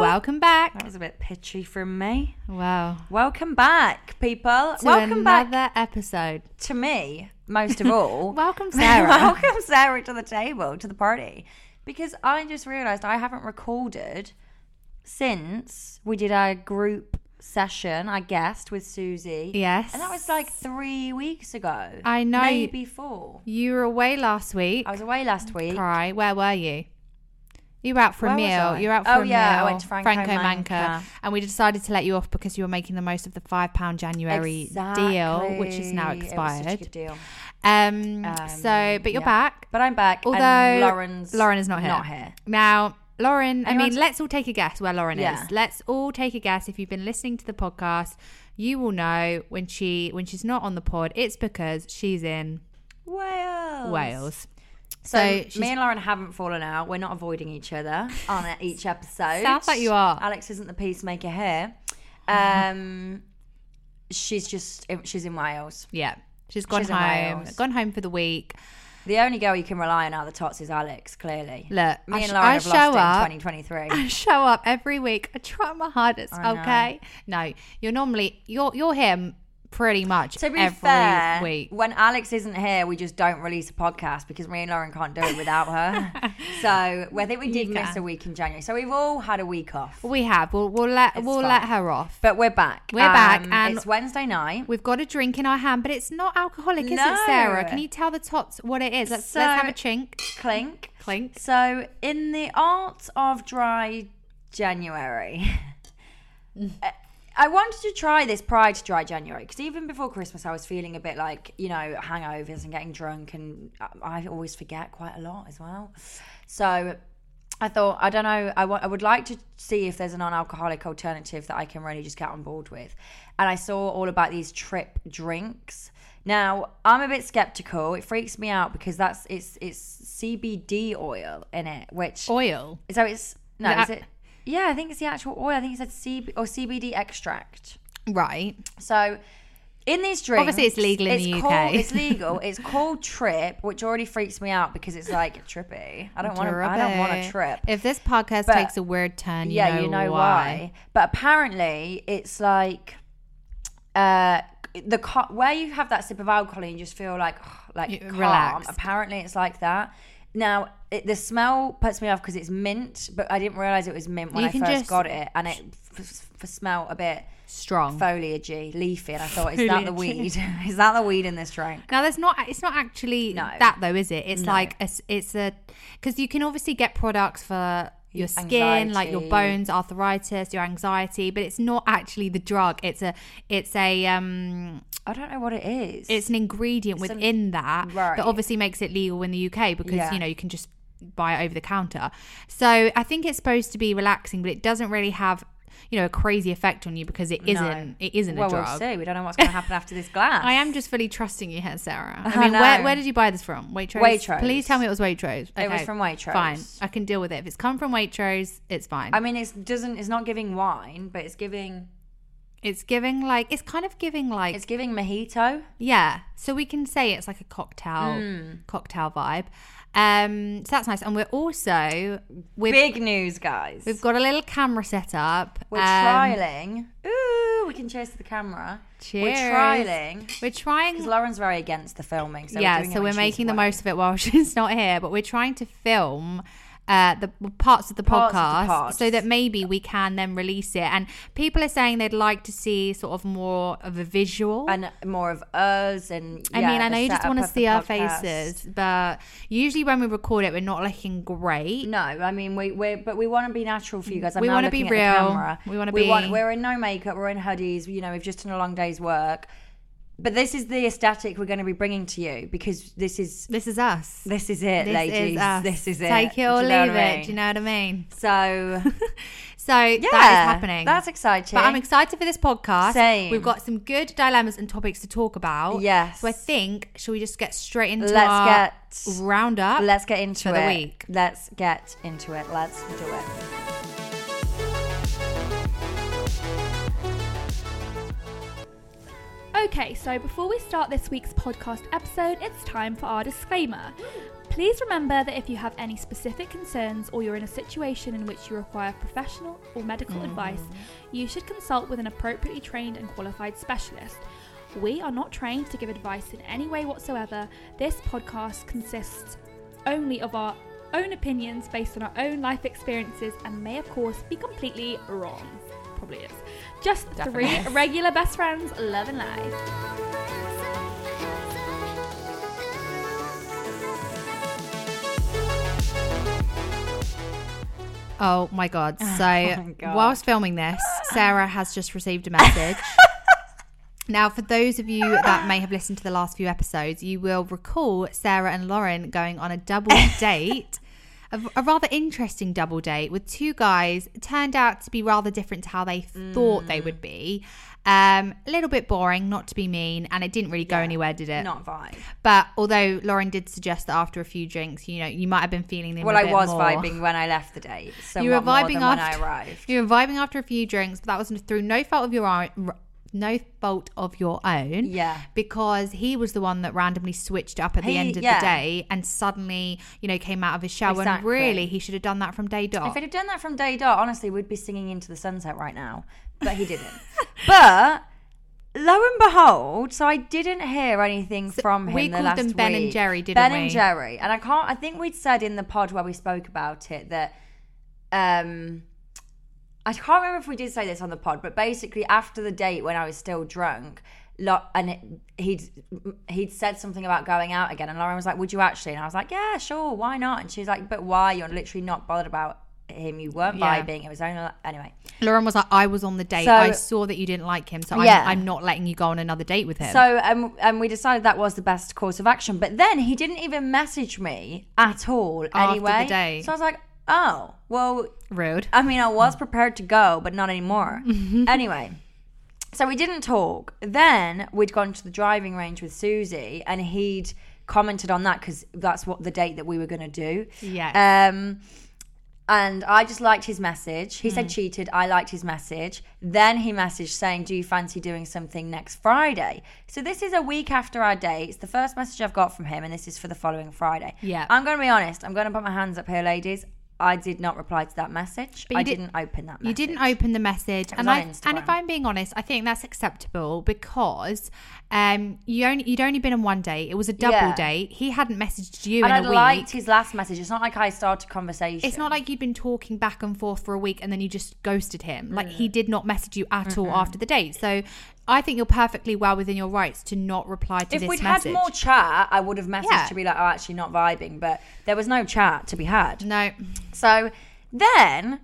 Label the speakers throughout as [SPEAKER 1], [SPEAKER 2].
[SPEAKER 1] Welcome back.
[SPEAKER 2] That was a bit pitchy from me.
[SPEAKER 1] Wow.
[SPEAKER 2] Welcome back, people.
[SPEAKER 1] To
[SPEAKER 2] Welcome
[SPEAKER 1] another
[SPEAKER 2] back
[SPEAKER 1] episode.
[SPEAKER 2] to me, most of all.
[SPEAKER 1] Welcome, Sarah.
[SPEAKER 2] Welcome, Sarah, to the table, to the party. Because I just realised I haven't recorded since we did our group session, I guessed, with Susie.
[SPEAKER 1] Yes.
[SPEAKER 2] And that was like three weeks ago.
[SPEAKER 1] I know.
[SPEAKER 2] Maybe four.
[SPEAKER 1] You were away last week.
[SPEAKER 2] I was away last week.
[SPEAKER 1] Cry. Where were you? You were out for a
[SPEAKER 2] Where was
[SPEAKER 1] meal.
[SPEAKER 2] I?
[SPEAKER 1] You were out for
[SPEAKER 2] Oh,
[SPEAKER 1] a
[SPEAKER 2] yeah, I
[SPEAKER 1] meal.
[SPEAKER 2] went to Franco
[SPEAKER 1] Manca.
[SPEAKER 2] Manca.
[SPEAKER 1] And we decided to let you off because you were making the most of the five pound January deal, which is now
[SPEAKER 2] Exactly. It was such a
[SPEAKER 1] expired.
[SPEAKER 2] good deal.
[SPEAKER 1] Um, so, but you're
[SPEAKER 2] yeah.
[SPEAKER 1] back.
[SPEAKER 2] But I'm back. and
[SPEAKER 1] Although
[SPEAKER 2] Lauren's
[SPEAKER 1] Lauren is not here.
[SPEAKER 2] Not here.
[SPEAKER 1] Now, Lauren, I mean,
[SPEAKER 2] Anyone's-
[SPEAKER 1] let's all take a guess where Lauren
[SPEAKER 2] Yeah.
[SPEAKER 1] is. Let's all take a guess. If you've been listening to the podcast, you will know when she when she's not on the pod, it's because she's in
[SPEAKER 2] Wales.
[SPEAKER 1] Wales.
[SPEAKER 2] So,
[SPEAKER 1] So she's-
[SPEAKER 2] me and Lauren haven't fallen out. We're not avoiding each other on each episode.
[SPEAKER 1] Sounds like you are. Mm-hmm.
[SPEAKER 2] Alex isn't the peacemaker here. Um, she's just she's in Wales.
[SPEAKER 1] Yeah. She's gone
[SPEAKER 2] She's in
[SPEAKER 1] home.
[SPEAKER 2] Wales.
[SPEAKER 1] Gone home for the week.
[SPEAKER 2] The only girl you can rely on out of the tots is Alex. Clearly,
[SPEAKER 1] Look,
[SPEAKER 2] me
[SPEAKER 1] I
[SPEAKER 2] and
[SPEAKER 1] sh-
[SPEAKER 2] Lauren
[SPEAKER 1] I
[SPEAKER 2] have
[SPEAKER 1] show
[SPEAKER 2] lost
[SPEAKER 1] up.
[SPEAKER 2] it in 2023.
[SPEAKER 1] I show up every week. I try my hardest,
[SPEAKER 2] I know.
[SPEAKER 1] okay? No, you're normally you're you're him pretty much
[SPEAKER 2] To be
[SPEAKER 1] every
[SPEAKER 2] fair,
[SPEAKER 1] week.
[SPEAKER 2] when Alex isn't here, we just don't release a podcast because me and Lauren can't do it without her. so well, I think we did
[SPEAKER 1] Yeah.
[SPEAKER 2] miss a week in January. So we've all had a week off,
[SPEAKER 1] We have. We'll we'll let
[SPEAKER 2] It's
[SPEAKER 1] we'll
[SPEAKER 2] fine.
[SPEAKER 1] let her off.
[SPEAKER 2] but we're back. Um,
[SPEAKER 1] We're back, and-
[SPEAKER 2] it's Wednesday night.
[SPEAKER 1] We've got a drink in our hand, but it's not alcoholic, is
[SPEAKER 2] No.
[SPEAKER 1] it, Sarah? Can you tell the tots what it is? Let's, let's
[SPEAKER 2] So-
[SPEAKER 1] have a chink.
[SPEAKER 2] Clink.
[SPEAKER 1] Clink.
[SPEAKER 2] So, in the art of dry January, I- I wanted to try this prior to dry January because even before Christmas, I was feeling a bit like, you know, hangovers and getting drunk, and I- I always forget quite a lot as well. So, I thought, I don't know, I wa- I would like to see if there's a non alcoholic alternative that I can really just get on board with. And I saw all about these trip drinks. Now, I'm a bit skeptical. It freaks me out because that's it's it's CBD oil in it, which
[SPEAKER 1] Oil.
[SPEAKER 2] so it's no,
[SPEAKER 1] The
[SPEAKER 2] is
[SPEAKER 1] ac-
[SPEAKER 2] it? Yeah, I think it's the actual oil. I think it said CB or CBD extract.
[SPEAKER 1] Right.
[SPEAKER 2] So in these drinks,
[SPEAKER 1] Obviously it's legal in the UK.
[SPEAKER 2] Called, it's legal. It's called trip, which already freaks me out because it's like trippy. I don't want to. I don't want to
[SPEAKER 1] Drippy.
[SPEAKER 2] trip.
[SPEAKER 1] If this podcast
[SPEAKER 2] But-
[SPEAKER 1] takes a weird turn, you
[SPEAKER 2] yeah,
[SPEAKER 1] know
[SPEAKER 2] you know
[SPEAKER 1] why.
[SPEAKER 2] why. But apparently, it's like uh the co- where you have that sip of alcohol and you just feel like like
[SPEAKER 1] You-
[SPEAKER 2] calm.
[SPEAKER 1] relaxed.
[SPEAKER 2] Apparently, it's like that. Now it, the smell puts me off because it's mint, but I didn't realize it was mint when
[SPEAKER 1] You
[SPEAKER 2] I
[SPEAKER 1] can
[SPEAKER 2] first
[SPEAKER 1] just-
[SPEAKER 2] got it, and it f- f- smell a bit
[SPEAKER 1] Strong.
[SPEAKER 2] foliagey, leafy, and I thought, is that the weed?
[SPEAKER 1] Foliagey.
[SPEAKER 2] is that the weed in this drink?
[SPEAKER 1] Now that's not it's not actually
[SPEAKER 2] No.
[SPEAKER 1] that though, is it? It's like a, s- it's a because you can obviously get products for your skin, like your
[SPEAKER 2] Anxiety.
[SPEAKER 1] bones, arthritis, your anxiety, but it's not actually the drug. It's a it's a um
[SPEAKER 2] I don't know what it is.
[SPEAKER 1] it's an ingredient
[SPEAKER 2] an-
[SPEAKER 1] within that
[SPEAKER 2] Right.
[SPEAKER 1] that obviously makes it legal in the UK because
[SPEAKER 2] Yeah.
[SPEAKER 1] you know you can just buy it over the counter. So I think it's supposed to be relaxing, but it doesn't really have you know a crazy effect on you because it isn't it isn't
[SPEAKER 2] well,
[SPEAKER 1] a
[SPEAKER 2] we'll
[SPEAKER 1] drug.
[SPEAKER 2] see. We don't know what's going to happen after this glass.
[SPEAKER 1] I am just fully trusting you here, Sarah. I
[SPEAKER 2] I
[SPEAKER 1] mean, where,
[SPEAKER 2] know.
[SPEAKER 1] where did you buy this from? Waitrose.
[SPEAKER 2] Waitrose.
[SPEAKER 1] Please tell me it was Waitrose.
[SPEAKER 2] It was from Waitrose.
[SPEAKER 1] Fine, I can deal with it. If it's come from Waitrose, it's fine.
[SPEAKER 2] I mean, it doesn't. It's not giving wine, but it's giving.
[SPEAKER 1] it's giving like it's kind of giving like
[SPEAKER 2] It's giving mojito.
[SPEAKER 1] Yeah. So we can say it's like a cocktail
[SPEAKER 2] Hmm.
[SPEAKER 1] cocktail vibe. Um so that's nice. And we're also we've
[SPEAKER 2] Big news, guys.
[SPEAKER 1] we've got a little camera set up.
[SPEAKER 2] We're
[SPEAKER 1] Um,
[SPEAKER 2] trialing. Ooh, we can cheers to the camera. We're
[SPEAKER 1] Cheers.
[SPEAKER 2] trialing
[SPEAKER 1] We're
[SPEAKER 2] because
[SPEAKER 1] trying
[SPEAKER 2] Lauren's very against the filming. So we're
[SPEAKER 1] Yeah,
[SPEAKER 2] doing it
[SPEAKER 1] so
[SPEAKER 2] when
[SPEAKER 1] we're
[SPEAKER 2] she's
[SPEAKER 1] making the
[SPEAKER 2] away.
[SPEAKER 1] most of it while she's not here, but we're trying to film uh, the parts of the
[SPEAKER 2] Parts of the
[SPEAKER 1] podcast
[SPEAKER 2] pods.
[SPEAKER 1] so that maybe we can then release it. And people are saying they'd like to see sort of more of a visual.
[SPEAKER 2] and more of us. And
[SPEAKER 1] I
[SPEAKER 2] yeah,
[SPEAKER 1] mean, I
[SPEAKER 2] the
[SPEAKER 1] know you just
[SPEAKER 2] setup
[SPEAKER 1] want to
[SPEAKER 2] of the
[SPEAKER 1] see our
[SPEAKER 2] podcast.
[SPEAKER 1] faces, but usually when we record it, we're not looking great.
[SPEAKER 2] No, I mean we we but we want to be natural for you guys. I'm
[SPEAKER 1] Mm, We
[SPEAKER 2] want
[SPEAKER 1] wanna
[SPEAKER 2] to
[SPEAKER 1] be real.
[SPEAKER 2] camera.
[SPEAKER 1] We wanna
[SPEAKER 2] we
[SPEAKER 1] be-
[SPEAKER 2] We're in no makeup. We're in hoodies. You know, we've just done a long day's work. But this is the aesthetic we're going to be bringing to you because this is
[SPEAKER 1] This is us.
[SPEAKER 2] this is it,
[SPEAKER 1] This
[SPEAKER 2] ladies.
[SPEAKER 1] is us.
[SPEAKER 2] This is it.
[SPEAKER 1] Take it
[SPEAKER 2] Do
[SPEAKER 1] or
[SPEAKER 2] you know
[SPEAKER 1] leave
[SPEAKER 2] what I
[SPEAKER 1] it.
[SPEAKER 2] mean?
[SPEAKER 1] Do you know what I mean?
[SPEAKER 2] So
[SPEAKER 1] So
[SPEAKER 2] yeah,
[SPEAKER 1] that is happening.
[SPEAKER 2] That's exciting.
[SPEAKER 1] But I'm excited for this podcast.
[SPEAKER 2] Same.
[SPEAKER 1] We've got some good dilemmas and topics to talk about.
[SPEAKER 2] Yes.
[SPEAKER 1] So I think, shall we just get straight into
[SPEAKER 2] Let's
[SPEAKER 1] our
[SPEAKER 2] get-
[SPEAKER 1] roundup?
[SPEAKER 2] Let's get into
[SPEAKER 1] for the
[SPEAKER 2] it.
[SPEAKER 1] week.
[SPEAKER 2] Let's get into it. Let's do it.
[SPEAKER 3] Okay, so before we start this week's podcast episode, it's time for our disclaimer. Please remember that if you have any specific concerns or you're in a situation in which you require professional or medical advice, you should consult with an appropriately trained and qualified specialist. We are not trained to give advice in any way whatsoever. This podcast consists only of our own opinions based on our own life experiences and may, of course, be completely wrong. Probably is. Just three regular best friends, love and life.
[SPEAKER 1] Oh my god. So
[SPEAKER 2] my God.
[SPEAKER 1] whilst filming this, Sarah has just received a message. now, for those of you that may have listened to the last few episodes, you will recall Sarah and Lauren going on a double date. A, a rather interesting double date with two guys It turned out to be rather different to how they thought they
[SPEAKER 2] Mm.
[SPEAKER 1] would be. Um, a little bit boring, not to be mean, and it didn't really go anywhere, did it?
[SPEAKER 2] Not vibe.
[SPEAKER 1] But although Lauren did suggest that after a few drinks, you know, you might have been feeling them.
[SPEAKER 2] Well,
[SPEAKER 1] a
[SPEAKER 2] I
[SPEAKER 1] bit
[SPEAKER 2] was
[SPEAKER 1] more.
[SPEAKER 2] vibing when I left the date. So
[SPEAKER 1] You were vibing
[SPEAKER 2] more than
[SPEAKER 1] after-
[SPEAKER 2] when I arrived.
[SPEAKER 1] You were vibing after a few drinks, but that was through no fault of your own. No fault of your own.
[SPEAKER 2] Yeah.
[SPEAKER 1] Because he was the one that randomly switched up at the
[SPEAKER 2] He-
[SPEAKER 1] end of
[SPEAKER 2] yeah.
[SPEAKER 1] the day and suddenly, you know, came out of his shell. And
[SPEAKER 2] Exactly.
[SPEAKER 1] really, he should have done that from day
[SPEAKER 2] If
[SPEAKER 1] dot.
[SPEAKER 2] I'd have done that from day dot, honestly, we'd be singing into the sunset right now. But he didn't. but lo and behold, so I didn't hear anything from him.
[SPEAKER 1] we
[SPEAKER 2] the
[SPEAKER 1] called
[SPEAKER 2] last
[SPEAKER 1] them Ben and
[SPEAKER 2] week.
[SPEAKER 1] Jerry, didn't
[SPEAKER 2] ben
[SPEAKER 1] we?
[SPEAKER 2] and Jerry, and I can't. I think we'd said in the pod where we spoke about it that. um I can't remember if we did say this on the pod, but basically after the date when I was still drunk, lo- and it, he'd he'd said something about going out again, and Lauren was like, "Would you actually?" And I was like, "Yeah, sure, why not?" And she's like, "But why? You're literally not bothered about him. You weren't
[SPEAKER 1] Yeah.
[SPEAKER 2] vibing. It was only like-" anyway."
[SPEAKER 1] Lauren was like, I was on the date.
[SPEAKER 2] So-
[SPEAKER 1] I saw that you didn't like him. So I'm,
[SPEAKER 2] Yeah.
[SPEAKER 1] I'm not letting you go on another date with him.
[SPEAKER 2] So um, and we decided that was the best course of action. But then he didn't even message me at all.
[SPEAKER 1] After the
[SPEAKER 2] anyway,
[SPEAKER 1] date.
[SPEAKER 2] so I was like, "Oh, well,
[SPEAKER 1] Rude.
[SPEAKER 2] I mean, I was prepared to go, but not anymore. anyway, so we didn't talk. Then we'd gone to the driving range with Susie, and he'd commented on that because that's what the date that we were going to do.
[SPEAKER 1] Yes.
[SPEAKER 2] Um, and I just liked his message. He
[SPEAKER 1] Hmm.
[SPEAKER 2] said cheated. I liked his message. Then he messaged saying, "Do you fancy doing something next Friday?" So this is a week after our date. It's the first message I've got from him, and this is for the following Friday.
[SPEAKER 1] Yeah.
[SPEAKER 2] I'm going to be honest. I'm going to put my hands up here, ladies. I did not reply to that message.
[SPEAKER 1] But you
[SPEAKER 2] I
[SPEAKER 1] did-
[SPEAKER 2] did, not open that.
[SPEAKER 1] You
[SPEAKER 2] message.
[SPEAKER 1] didn't open the message, and
[SPEAKER 2] on
[SPEAKER 1] I and
[SPEAKER 2] Instagram.
[SPEAKER 1] if I'm being honest, I think that's acceptable because um you only you'd only been on one date. It was a double
[SPEAKER 2] Yeah.
[SPEAKER 1] date. He hadn't messaged you
[SPEAKER 2] And
[SPEAKER 1] in
[SPEAKER 2] I
[SPEAKER 1] a week.
[SPEAKER 2] liked his last message. It's not like I started conversation.
[SPEAKER 1] it's not like you'd been talking back and forth for a week and then you just ghosted him. Like he did not message you at all after the date. So I think you're perfectly well within your rights to not reply to
[SPEAKER 2] if
[SPEAKER 1] this
[SPEAKER 2] we'd
[SPEAKER 1] message.
[SPEAKER 2] had more chat, I would have messaged
[SPEAKER 1] Yeah.
[SPEAKER 2] to be like, "Oh, actually, not vibing." But there was no chat to be had.
[SPEAKER 1] no,
[SPEAKER 2] So then,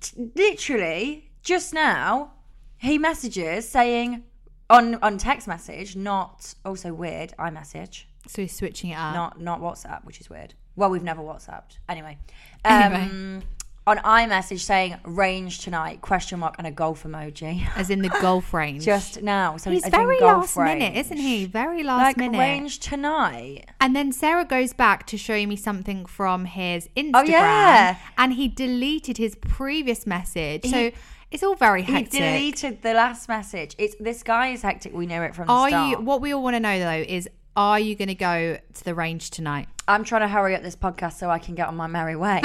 [SPEAKER 2] t- literally just now, he messages saying on on text message, not also weird. I message,
[SPEAKER 1] so he's switching it up.
[SPEAKER 2] not not WhatsApp, which is weird. Well, we've never WhatsApped anyway.
[SPEAKER 1] Anyway.
[SPEAKER 2] Um, on iMessage saying range tonight question mark and a golf emoji
[SPEAKER 1] as in the golf range.
[SPEAKER 2] just now. So
[SPEAKER 1] he's
[SPEAKER 2] as in
[SPEAKER 1] very
[SPEAKER 2] golf
[SPEAKER 1] last minute,
[SPEAKER 2] range.
[SPEAKER 1] isn't he? Very
[SPEAKER 2] Like
[SPEAKER 1] last minute.
[SPEAKER 2] range tonight.
[SPEAKER 1] And then Sarah goes back to show me something from his Instagram.
[SPEAKER 2] Oh, yeah.
[SPEAKER 1] And he deleted his previous message. so it's all very hectic.
[SPEAKER 2] He deleted the last message. It's this guy is hectic. We knew it from the
[SPEAKER 1] are
[SPEAKER 2] start.
[SPEAKER 1] you what we all want to know though is are you gonna go to the range tonight?
[SPEAKER 2] I'm trying to hurry up this podcast so I can get on my merry way.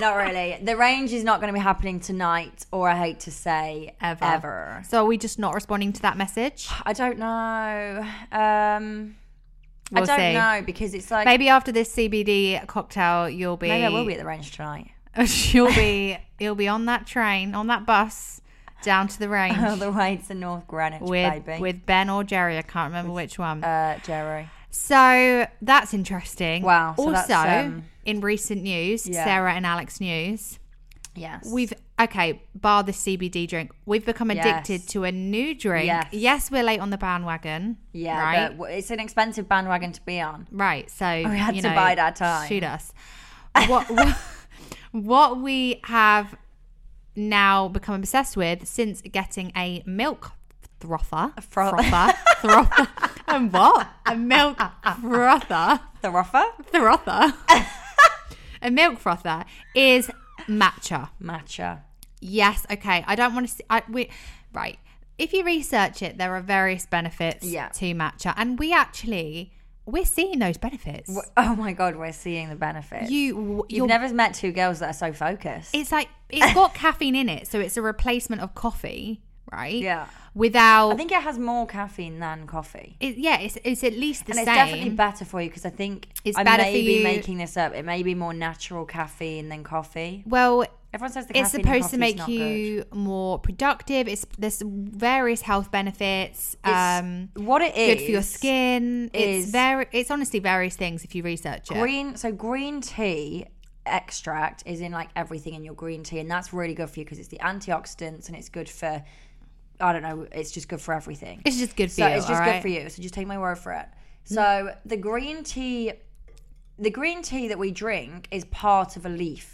[SPEAKER 2] not really. The range is not going to be happening tonight, or I hate to say
[SPEAKER 1] Ever.
[SPEAKER 2] ever.
[SPEAKER 1] So are we just not responding to that message?
[SPEAKER 2] I don't know. Um,
[SPEAKER 1] We'll
[SPEAKER 2] I don't
[SPEAKER 1] see.
[SPEAKER 2] know because it's like maybe,
[SPEAKER 1] Maybe after this CBD cocktail, you'll be.
[SPEAKER 2] I will be at the range tonight.
[SPEAKER 1] you'll be. You'll be on that train, on that bus, down to the
[SPEAKER 2] All
[SPEAKER 1] range
[SPEAKER 2] the way to North Greenwich,
[SPEAKER 1] with
[SPEAKER 2] baby.
[SPEAKER 1] with Ben or Jerry. I can't remember which one.
[SPEAKER 2] uh, Jerry.
[SPEAKER 1] So that's interesting.
[SPEAKER 2] Wow, so
[SPEAKER 1] also,
[SPEAKER 2] that's, um,
[SPEAKER 1] in recent news,
[SPEAKER 2] Yeah.
[SPEAKER 1] Sarah and Alex news,
[SPEAKER 2] Yes.
[SPEAKER 1] we've okay, bar the CBD drink, we've become addicted
[SPEAKER 2] Yes.
[SPEAKER 1] to a new drink.
[SPEAKER 2] Yes.
[SPEAKER 1] we're late on the bandwagon.
[SPEAKER 2] yeah,
[SPEAKER 1] right,
[SPEAKER 2] but w- it's an expensive bandwagon to be on.
[SPEAKER 1] right. So
[SPEAKER 2] We had
[SPEAKER 1] you
[SPEAKER 2] to
[SPEAKER 1] know,
[SPEAKER 2] bide our time.
[SPEAKER 1] Shoot us. What, what what we have now become obsessed with since getting a milk frother,
[SPEAKER 2] fro-
[SPEAKER 1] frother, frother, and what a milk frother
[SPEAKER 2] The rougher
[SPEAKER 1] frother, a milk frother is matcha.
[SPEAKER 2] matcha.
[SPEAKER 1] Yes, okay. I don't want to see. I, we, right. If you research it, there are various benefits
[SPEAKER 2] Yeah.
[SPEAKER 1] to matcha, and we actually We're seeing those benefits.
[SPEAKER 2] W- Oh my god, we're seeing the benefits.
[SPEAKER 1] You,
[SPEAKER 2] You've
[SPEAKER 1] you're,
[SPEAKER 2] never met two girls that are so focused.
[SPEAKER 1] it's like it's got caffeine in it, so it's a replacement of coffee, right?
[SPEAKER 2] Yeah.
[SPEAKER 1] Without,
[SPEAKER 2] I think it has more caffeine than coffee.
[SPEAKER 1] it, yeah, it's it's at least the
[SPEAKER 2] and it's
[SPEAKER 1] same.
[SPEAKER 2] definitely better for you because I think
[SPEAKER 1] It's
[SPEAKER 2] I
[SPEAKER 1] better
[SPEAKER 2] may
[SPEAKER 1] for
[SPEAKER 2] be
[SPEAKER 1] you-
[SPEAKER 2] making this up. It may be more natural caffeine than coffee.
[SPEAKER 1] well,
[SPEAKER 2] Everyone says the
[SPEAKER 1] it's
[SPEAKER 2] caffeine in
[SPEAKER 1] supposed to
[SPEAKER 2] coffee's
[SPEAKER 1] make
[SPEAKER 2] not good.
[SPEAKER 1] you more productive. It's there's various health benefits.
[SPEAKER 2] It's-
[SPEAKER 1] um,
[SPEAKER 2] what it is
[SPEAKER 1] good for your skin.
[SPEAKER 2] is-
[SPEAKER 1] It's very. It's honestly various things if you research it.
[SPEAKER 2] Green so green tea extract is in like everything in your green tea, and that's really good for you because it's the antioxidants and it's good for I don't know. It's just good for everything.
[SPEAKER 1] It's just good for
[SPEAKER 2] So
[SPEAKER 1] you.
[SPEAKER 2] it's just good
[SPEAKER 1] alright? Mm.
[SPEAKER 2] for you. So just take my word for it. So the green tea, the green tea that we drink is part of a leaf.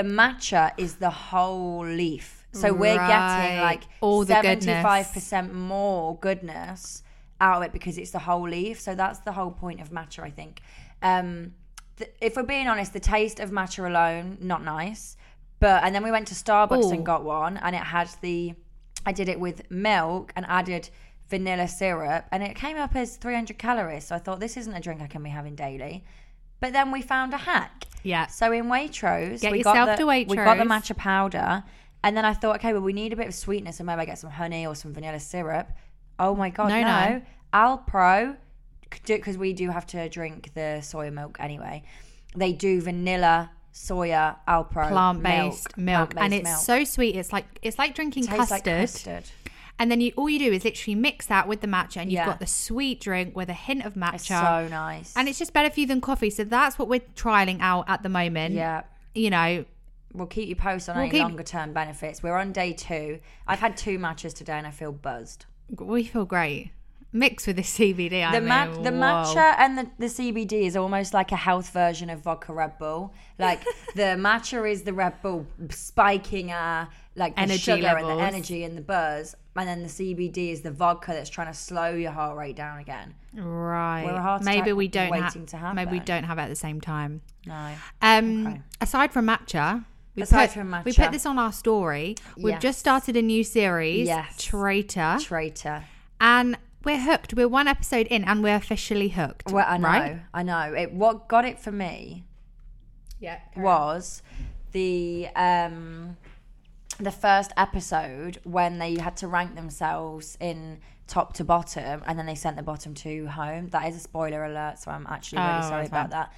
[SPEAKER 2] The matcha is the whole leaf. So we're getting
[SPEAKER 1] Right.
[SPEAKER 2] like
[SPEAKER 1] All the goodness.
[SPEAKER 2] seventy-five percent more goodness out of it because it's the whole leaf. So that's the whole point of matcha, I think. Um, th- if we're being honest, the taste of matcha alone not nice. But and then we went to Starbucks and
[SPEAKER 1] Ooh.
[SPEAKER 2] got one, and it had the I did it with milk and added vanilla syrup, and it came up as 300 calories. So I thought this isn't a drink I can be having daily. But then we found a hack.
[SPEAKER 1] Yeah.
[SPEAKER 2] So in Waitrose,
[SPEAKER 1] Get
[SPEAKER 2] we got
[SPEAKER 1] yourself
[SPEAKER 2] the,
[SPEAKER 1] to
[SPEAKER 2] we got the
[SPEAKER 1] Waitrose.
[SPEAKER 2] matcha powder, and then I thought, okay, well we need a bit of sweetness, and maybe I get some honey or some vanilla syrup. Oh my god,
[SPEAKER 1] No,
[SPEAKER 2] no,
[SPEAKER 1] no.
[SPEAKER 2] Alpro, because we do have to drink the soya milk anyway. They do vanilla, soya, Alpro,
[SPEAKER 1] Plant based milk, and it's
[SPEAKER 2] plant-based milk.
[SPEAKER 1] so sweet. It's like it's like drinking
[SPEAKER 2] Tastes
[SPEAKER 1] custard,
[SPEAKER 2] like custard.
[SPEAKER 1] and then you all you do is literally mix that with the matcha, and you've
[SPEAKER 2] Yeah.
[SPEAKER 1] got the sweet drink with a hint of matcha,
[SPEAKER 2] It's so nice.
[SPEAKER 1] and it's just better for you than coffee. So that's what we're trialing out at the moment.
[SPEAKER 2] yeah.
[SPEAKER 1] you know,
[SPEAKER 2] We'll keep you posted on
[SPEAKER 1] We'll
[SPEAKER 2] any
[SPEAKER 1] keep-
[SPEAKER 2] longer term benefits. We're on day two. I've had two matches today and I feel buzzed.
[SPEAKER 1] we feel great mixed with the CBD. I
[SPEAKER 2] The,
[SPEAKER 1] mean,
[SPEAKER 2] mat- the
[SPEAKER 1] whoa.
[SPEAKER 2] matcha and the, the CBD is almost like a health version of vodka Red Bull. Like the matcha is the Red Bull spiking our like the
[SPEAKER 1] Energy
[SPEAKER 2] sugar and
[SPEAKER 1] levels.
[SPEAKER 2] the energy and the buzz, and then the CBD is the vodka that's trying to slow your heart rate down again.
[SPEAKER 1] right?
[SPEAKER 2] We're a heart
[SPEAKER 1] maybe
[SPEAKER 2] attack
[SPEAKER 1] we don't ha-
[SPEAKER 2] waiting to happen.
[SPEAKER 1] Maybe we don't have it at the same time.
[SPEAKER 2] No,
[SPEAKER 1] Um,
[SPEAKER 2] Okay.
[SPEAKER 1] aside from matcha, we
[SPEAKER 2] Aside
[SPEAKER 1] put,
[SPEAKER 2] from
[SPEAKER 1] we
[SPEAKER 2] matcha.
[SPEAKER 1] put this on our story. We've
[SPEAKER 2] Yes.
[SPEAKER 1] just started a new series,
[SPEAKER 2] Yes.
[SPEAKER 1] Traitor,
[SPEAKER 2] traitor.
[SPEAKER 1] and we're hooked. We're one episode in, and we're officially hooked.
[SPEAKER 2] Well, I know,
[SPEAKER 1] Right?
[SPEAKER 2] I know. It what got it for me
[SPEAKER 1] Yeah.
[SPEAKER 2] was the um the first episode when they had to rank themselves in top to bottom and then they sent the bottom two home that is a spoiler alert so i'm actually really
[SPEAKER 1] Oh,
[SPEAKER 2] sorry
[SPEAKER 1] that's
[SPEAKER 2] about that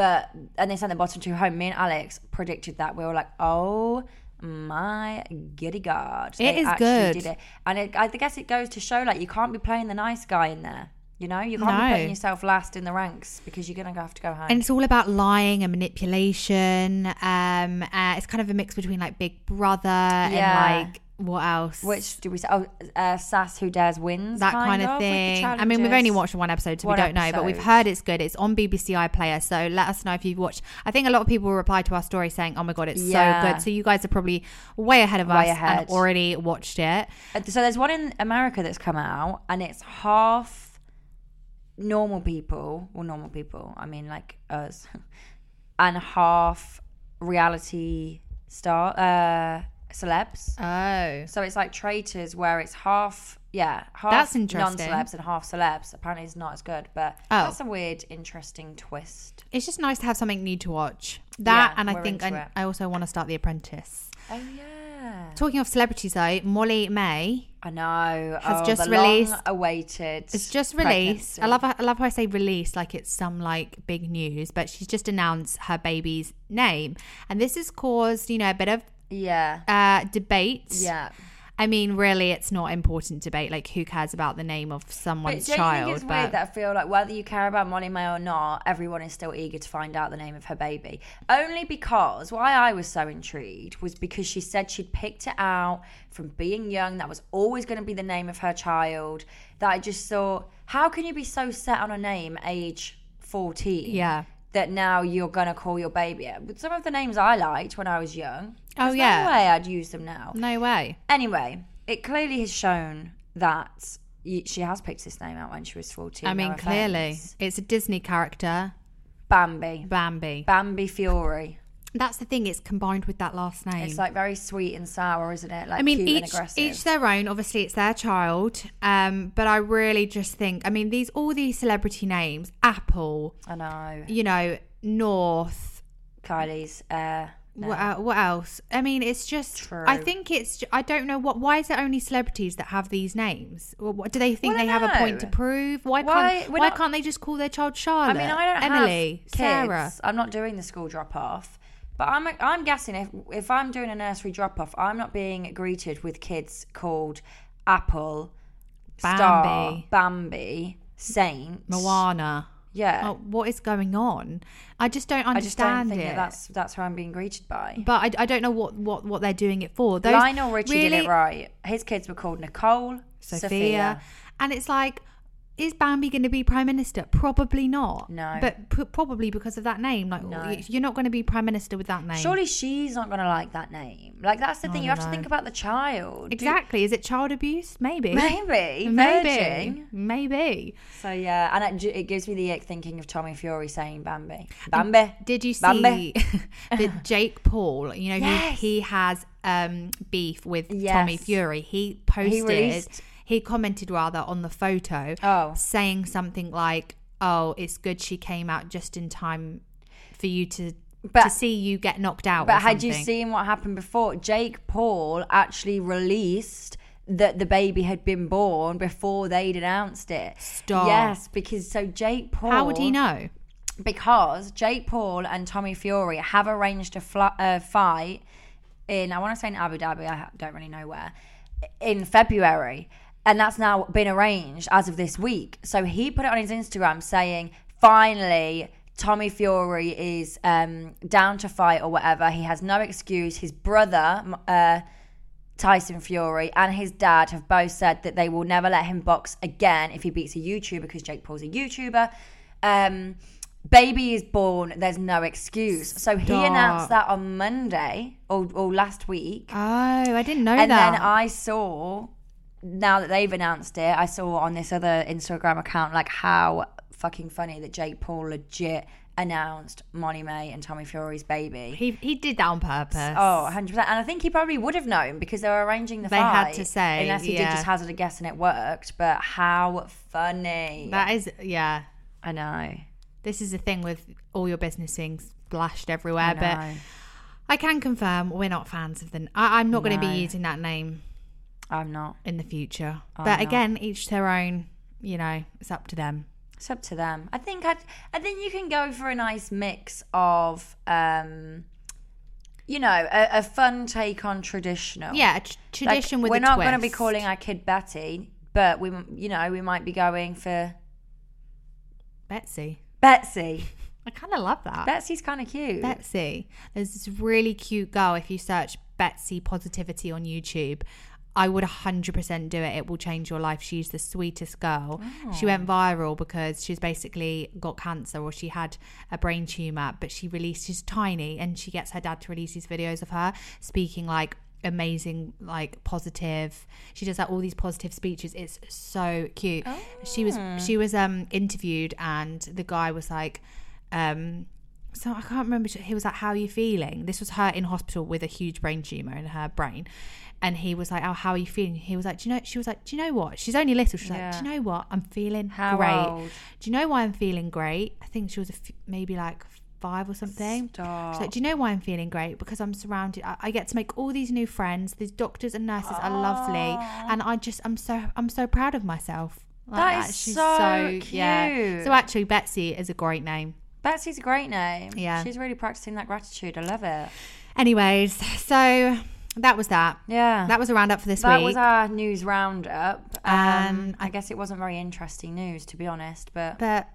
[SPEAKER 2] but and they sent the bottom two home me and alex predicted that we were like oh my giddy god
[SPEAKER 1] It
[SPEAKER 2] They
[SPEAKER 1] is
[SPEAKER 2] actually
[SPEAKER 1] good.
[SPEAKER 2] did it. and it, i guess it goes to show like you can't be playing the nice guy in there you know you can't be
[SPEAKER 1] No.
[SPEAKER 2] putting yourself last in the ranks because you're gonna have to go home
[SPEAKER 1] And it's all about lying and manipulation. Um, uh, it's kind of a mix between like Big Brother
[SPEAKER 2] Yeah.
[SPEAKER 1] and like what else?
[SPEAKER 2] Which do we say? Oh, uh, Sass Who Dares Wins.
[SPEAKER 1] that kind, of
[SPEAKER 2] with the
[SPEAKER 1] thing. I mean, we've only
[SPEAKER 2] challenges.
[SPEAKER 1] watched one episode, so
[SPEAKER 2] One
[SPEAKER 1] we don't know, but we've
[SPEAKER 2] episode.
[SPEAKER 1] heard it's good. It's on BBC iPlayer, so let us know if you've watched. I think a lot of people replied to our story saying, "Oh my god, it's so
[SPEAKER 2] Yeah.
[SPEAKER 1] good." So you guys are probably way ahead of
[SPEAKER 2] Way
[SPEAKER 1] us
[SPEAKER 2] ahead.
[SPEAKER 1] and already watched it.
[SPEAKER 2] Uh, So there's one in America that's come out, and it's half normal people, or normal people, I mean like us, and half reality star uh, celebs.
[SPEAKER 1] Oh,
[SPEAKER 2] So it's like traitors, where it's half, yeah, half
[SPEAKER 1] That's interesting.
[SPEAKER 2] non-celebs and half celebs. Apparently, it's not as good, but
[SPEAKER 1] Oh.
[SPEAKER 2] that's a weird, interesting twist.
[SPEAKER 1] it's just nice to have something new to watch. That
[SPEAKER 2] Yeah,
[SPEAKER 1] and I
[SPEAKER 2] we're
[SPEAKER 1] think
[SPEAKER 2] into
[SPEAKER 1] I,
[SPEAKER 2] it.
[SPEAKER 1] I also want to start The Apprentice.
[SPEAKER 2] Oh yeah.
[SPEAKER 1] Talking of celebrities, though, Molly May
[SPEAKER 2] I know.
[SPEAKER 1] Has
[SPEAKER 2] oh,
[SPEAKER 1] just
[SPEAKER 2] the
[SPEAKER 1] released-
[SPEAKER 2] Long-awaited.
[SPEAKER 1] It's just released. I love. How, I love how I say released like it's some like big news, but she's just announced her baby's name, and this has caused you know a bit of
[SPEAKER 2] Yeah.
[SPEAKER 1] uh, debate.
[SPEAKER 2] Yeah.
[SPEAKER 1] I mean, really, it's not important debate. Like, who cares about the name of someone's
[SPEAKER 2] don't
[SPEAKER 1] child?
[SPEAKER 2] you think it's
[SPEAKER 1] but
[SPEAKER 2] weird that I feel like whether you care about Molly May or not, everyone is still eager to find out the name of her baby. Only because why I was so intrigued was because she said she'd picked it out from being young. That was always going to be the name of her child. That I just thought, how can you be so set on a name age fourteen?
[SPEAKER 1] Yeah.
[SPEAKER 2] That now you're gonna call your baby. it? With Some of the names I liked when I was young.
[SPEAKER 1] Oh,
[SPEAKER 2] there's
[SPEAKER 1] yeah.
[SPEAKER 2] No way I'd use them now.
[SPEAKER 1] no way.
[SPEAKER 2] Anyway, it clearly has shown that y- she has picked this name out when she was 14.
[SPEAKER 1] I mean,
[SPEAKER 2] no
[SPEAKER 1] clearly,
[SPEAKER 2] offense.
[SPEAKER 1] it's a Disney character,
[SPEAKER 2] Bambi.
[SPEAKER 1] Bambi.
[SPEAKER 2] Bambi Fury.
[SPEAKER 1] That's the thing. It's combined with that last name.
[SPEAKER 2] It's like very sweet and sour, isn't it? Like
[SPEAKER 1] I mean,
[SPEAKER 2] cute and
[SPEAKER 1] each
[SPEAKER 2] aggressive.
[SPEAKER 1] each their own. Obviously, it's their child. Um, but I really just think, I mean, these all these celebrity names: Apple,
[SPEAKER 2] I know.
[SPEAKER 1] you know, North.
[SPEAKER 2] Kylie's air. No.
[SPEAKER 1] What, uh, what else? I mean, it's just.
[SPEAKER 2] True.
[SPEAKER 1] I think it's. ju- I don't know what. Why is it only celebrities that have these names? What, what do they think
[SPEAKER 2] Well, I
[SPEAKER 1] they have a point
[SPEAKER 2] know.
[SPEAKER 1] to prove? Why,
[SPEAKER 2] Why-
[SPEAKER 1] can't
[SPEAKER 2] we're
[SPEAKER 1] Why
[SPEAKER 2] not-
[SPEAKER 1] can't they just call their child
[SPEAKER 2] I
[SPEAKER 1] Charlotte?
[SPEAKER 2] mean, I don't
[SPEAKER 1] Emily,
[SPEAKER 2] have kids.
[SPEAKER 1] Sarah.
[SPEAKER 2] I'm not doing the school drop off. But I'm I'm guessing if if I'm doing a nursery drop off, I'm not being greeted with kids called Apple, Star,
[SPEAKER 1] Bambi.
[SPEAKER 2] Bambi, Saint,
[SPEAKER 1] Moana.
[SPEAKER 2] Yeah,
[SPEAKER 1] Oh, what is going on? I just don't understand
[SPEAKER 2] I just don't think
[SPEAKER 1] it.
[SPEAKER 2] that that's that's who I'm being greeted by.
[SPEAKER 1] but I, I don't know what, what, what they're doing it for. Those,
[SPEAKER 2] Lionel Richie did
[SPEAKER 1] really-
[SPEAKER 2] it right. His kids were called Nicole,
[SPEAKER 1] Sophia.
[SPEAKER 2] Sophia.
[SPEAKER 1] And it's like, is Bambi going to be prime minister? Probably not.
[SPEAKER 2] No.
[SPEAKER 1] But p- probably because of that name. Like,
[SPEAKER 2] No.
[SPEAKER 1] y- you're not going to be prime minister with that name.
[SPEAKER 2] Surely she's not going to like that name. Like that's the
[SPEAKER 1] I
[SPEAKER 2] thing. You
[SPEAKER 1] don't
[SPEAKER 2] have
[SPEAKER 1] know.
[SPEAKER 2] to think about the child. Do-
[SPEAKER 1] Exactly. Is it child abuse? Maybe.
[SPEAKER 2] Maybe.
[SPEAKER 1] Maybe.
[SPEAKER 2] Virgin.
[SPEAKER 1] Maybe.
[SPEAKER 2] So yeah, and it, ju- it gives me the ick thinking of Tommy Fury saying Bambi. Bambi.
[SPEAKER 1] Did you see
[SPEAKER 2] Bambi.
[SPEAKER 1] that Jake Paul, you know,
[SPEAKER 2] Yes.
[SPEAKER 1] he, he has um, beef with Tommy
[SPEAKER 2] Yes.
[SPEAKER 1] Fury. He posted, he,
[SPEAKER 2] released-
[SPEAKER 1] commented rather on the photo
[SPEAKER 2] Oh.
[SPEAKER 1] saying something like, oh, it's good she came out just in time for you to,
[SPEAKER 2] But-
[SPEAKER 1] to see you get knocked out. or
[SPEAKER 2] But had you
[SPEAKER 1] something."
[SPEAKER 2] seen what happened before? Jake Paul actually released that the baby had been born before they'd announced it.
[SPEAKER 1] Stop.
[SPEAKER 2] Yes, because so Jake Paul.
[SPEAKER 1] How would he know?
[SPEAKER 2] Because Jake Paul and Tommy Fury have arranged a fl- uh, fight in, I want to say in Abu Dhabi, I ha- don't really know where, in February. And that's now been arranged as of this week. So he put it on his Instagram saying, finally, Tommy Fury is um, down to fight or whatever. He has no excuse. His brother, m- uh, Tyson Fury and his dad have both said that they will never let him box again if he beats a YouTuber because Jake Paul's a YouTuber. Um, baby is born. There's no excuse. So he
[SPEAKER 1] Stop.
[SPEAKER 2] announced that on Monday or, or last week.
[SPEAKER 1] Oh, I didn't know
[SPEAKER 2] and
[SPEAKER 1] that.
[SPEAKER 2] then I saw, now that they've announced it, I saw on this other Instagram account like how fucking funny that Jake Paul legit announced Molly May and Tommy Fury's baby.
[SPEAKER 1] he, he did that on purpose.
[SPEAKER 2] Oh, 100%. And I think he probably would have known because they were arranging the
[SPEAKER 1] They
[SPEAKER 2] fight.
[SPEAKER 1] had to say,
[SPEAKER 2] Unless he
[SPEAKER 1] yeah.
[SPEAKER 2] did just hazard a guess and it worked. But how funny.
[SPEAKER 1] That is, yeah.
[SPEAKER 2] I know.
[SPEAKER 1] This is the thing with all your business things splashed everywhere.
[SPEAKER 2] I
[SPEAKER 1] But
[SPEAKER 2] know.
[SPEAKER 1] I can confirm we're not fans of the. I, I'm not going to
[SPEAKER 2] No.
[SPEAKER 1] be using that name
[SPEAKER 2] I'm not.
[SPEAKER 1] in the future.
[SPEAKER 2] I'm
[SPEAKER 1] but
[SPEAKER 2] not.
[SPEAKER 1] again, each their own. You know, it's up to them.
[SPEAKER 2] It's up to them. I think I'd, I think you can go for a nice mix of, um, you know, a, a fun take on traditional.
[SPEAKER 1] Yeah, a tr-
[SPEAKER 2] Oh. Like,
[SPEAKER 1] tradition with
[SPEAKER 2] We're
[SPEAKER 1] a
[SPEAKER 2] not going to be
[SPEAKER 1] twist.
[SPEAKER 2] calling our kid Betty, but we, m- you know, we might be going for
[SPEAKER 1] Betsy.
[SPEAKER 2] Betsy.
[SPEAKER 1] I kind of love that.
[SPEAKER 2] Betsy's kind of cute.
[SPEAKER 1] Betsy. There's this really cute girl. If you search Betsy positivity on YouTube, I would 100% do it. It will change your life. She's the sweetest girl. She went viral because she's basically got cancer or she had a brain tumor, but she released, she's tiny, and she gets her dad to release these videos of her speaking like, amazing like positive she does like all these positive speeches it's so cute she was she was um interviewed and the guy was like um so I can't remember. He was like, "How are you feeling?" This was her in hospital with a huge brain tumor in her brain, and he was like, "Oh, how are you feeling?" He was like, "Do you know?" She was like, "Do you know what?" She's only little. She's
[SPEAKER 2] Yeah.
[SPEAKER 1] like, "Do you know what? I'm feeling
[SPEAKER 2] How
[SPEAKER 1] great.
[SPEAKER 2] old?
[SPEAKER 1] Do you know why I'm feeling great? I think she was a f- maybe like five or something."
[SPEAKER 2] Stop.
[SPEAKER 1] She's like, do you know why I'm feeling great? Because I'm surrounded. I, I get to make all these new friends. These doctors and nurses are lovely, and I just I'm so I'm so proud of myself. Like
[SPEAKER 2] Ah. That is so cute.
[SPEAKER 1] So actually, Betsy is a great name.
[SPEAKER 2] Betsy's a great name.
[SPEAKER 1] Yeah.
[SPEAKER 2] She's really practicing that gratitude. I love it.
[SPEAKER 1] Anyways, so that was that.
[SPEAKER 2] Yeah.
[SPEAKER 1] That was a roundup for this
[SPEAKER 2] That
[SPEAKER 1] week.
[SPEAKER 2] was our news roundup. Um,
[SPEAKER 1] Um,
[SPEAKER 2] I guess it wasn't very interesting news, to be honest, but,
[SPEAKER 1] but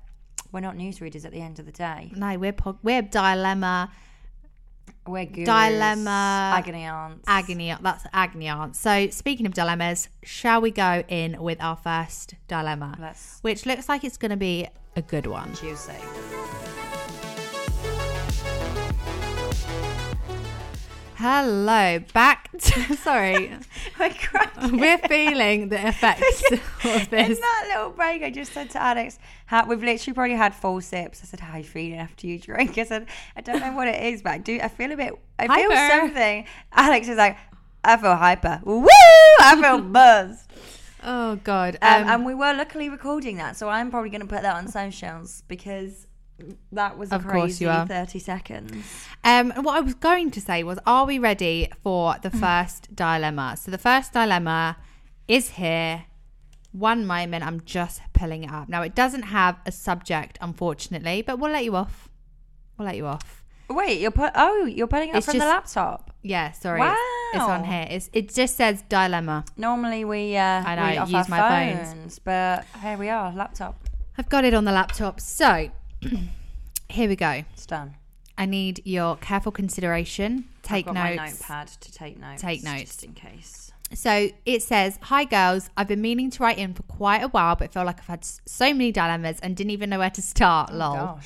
[SPEAKER 2] we're not news readers at the end of the day.
[SPEAKER 1] no, we're pod- we're dilemma
[SPEAKER 2] We're gurus,
[SPEAKER 1] Dilemma.
[SPEAKER 2] agony aunts.
[SPEAKER 1] agony. That's agony aunt. So speaking of dilemmas, shall we go in with our first dilemma,
[SPEAKER 2] Let's-
[SPEAKER 1] which looks like it's going to be a good one.
[SPEAKER 2] Juicy.
[SPEAKER 1] Hello, back to sorry.
[SPEAKER 2] We're cracking.
[SPEAKER 1] We're feeling the effects of
[SPEAKER 2] In
[SPEAKER 1] this.
[SPEAKER 2] that little break, I just said to Alex, how, we've literally probably had four sips. I said, "How are you feeling after you drink?" I said, "I don't know what it is, but I do. I feel a bit. I feel
[SPEAKER 1] Hyper.
[SPEAKER 2] something." Alex is like, "I feel hyper. Woo! I feel buzzed."
[SPEAKER 1] Oh god.
[SPEAKER 2] Um,
[SPEAKER 1] Um,
[SPEAKER 2] and we were luckily recording that, so I'm probably going to put that on socials because that was a
[SPEAKER 1] Of course
[SPEAKER 2] crazy
[SPEAKER 1] you are.
[SPEAKER 2] 30 seconds.
[SPEAKER 1] Um, and what I was going to say was, are we ready for
[SPEAKER 2] Mm.
[SPEAKER 1] the first dilemma? So the first dilemma is here. One moment, I'm just pulling it up. Now it doesn't have a subject, unfortunately, but we'll let you off. We'll let you off.
[SPEAKER 2] Wait, you're put. Oh, you're putting it up
[SPEAKER 1] It's
[SPEAKER 2] from the
[SPEAKER 1] just-
[SPEAKER 2] laptop.
[SPEAKER 1] Yeah, sorry. It's, it's on
[SPEAKER 2] Wow.
[SPEAKER 1] here. It's, it just says dilemma.
[SPEAKER 2] Normally we uh, I
[SPEAKER 1] know,
[SPEAKER 2] we off
[SPEAKER 1] use
[SPEAKER 2] our
[SPEAKER 1] my
[SPEAKER 2] phones,
[SPEAKER 1] phones.
[SPEAKER 2] but here we are, laptop.
[SPEAKER 1] I've got it on the laptop. So here we go.
[SPEAKER 2] It's done.
[SPEAKER 1] I need your careful consideration. Take
[SPEAKER 2] I've got
[SPEAKER 1] notes.
[SPEAKER 2] my notepad to take notes.
[SPEAKER 1] Take notes.
[SPEAKER 2] just in case.
[SPEAKER 1] So it says, Hi girls, I've been meaning to write in for quite a while, but feel like I've had s- so many dilemmas and didn't even know where to start. Lol.
[SPEAKER 2] Oh,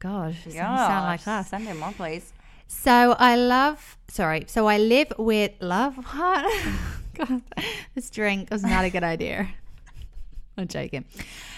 [SPEAKER 2] Gosh,
[SPEAKER 1] Gosh, you
[SPEAKER 2] yeah.
[SPEAKER 1] sound like us.
[SPEAKER 2] Send in one, please.
[SPEAKER 1] So I love, sorry, so I live with love. What? God, this drink was not a good idea. I'm joking.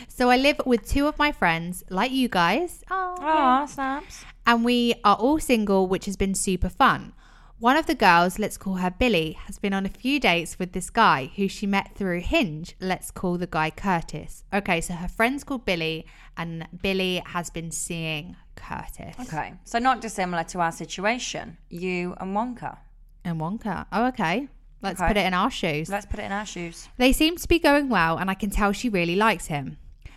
[SPEAKER 1] So I live with two of my friends, like you guys. Oh,
[SPEAKER 2] Oh, snaps.
[SPEAKER 1] and we are all single, which has been super fun. One of the girls, let's call her Billy, has been on a few dates with this guy who she met through Hinge. Let's call the guy Curtis. Okay, so her friend's called Billy, and Billy has been seeing Curtis
[SPEAKER 2] Okay, so not dissimilar to our situation. You and Wonka.
[SPEAKER 1] and Wonka. Oh, okay. Let's
[SPEAKER 2] Okay.
[SPEAKER 1] put it in our shoes.
[SPEAKER 2] Let's put it in our shoes.
[SPEAKER 1] They seem to be going well, and I can tell she really likes him.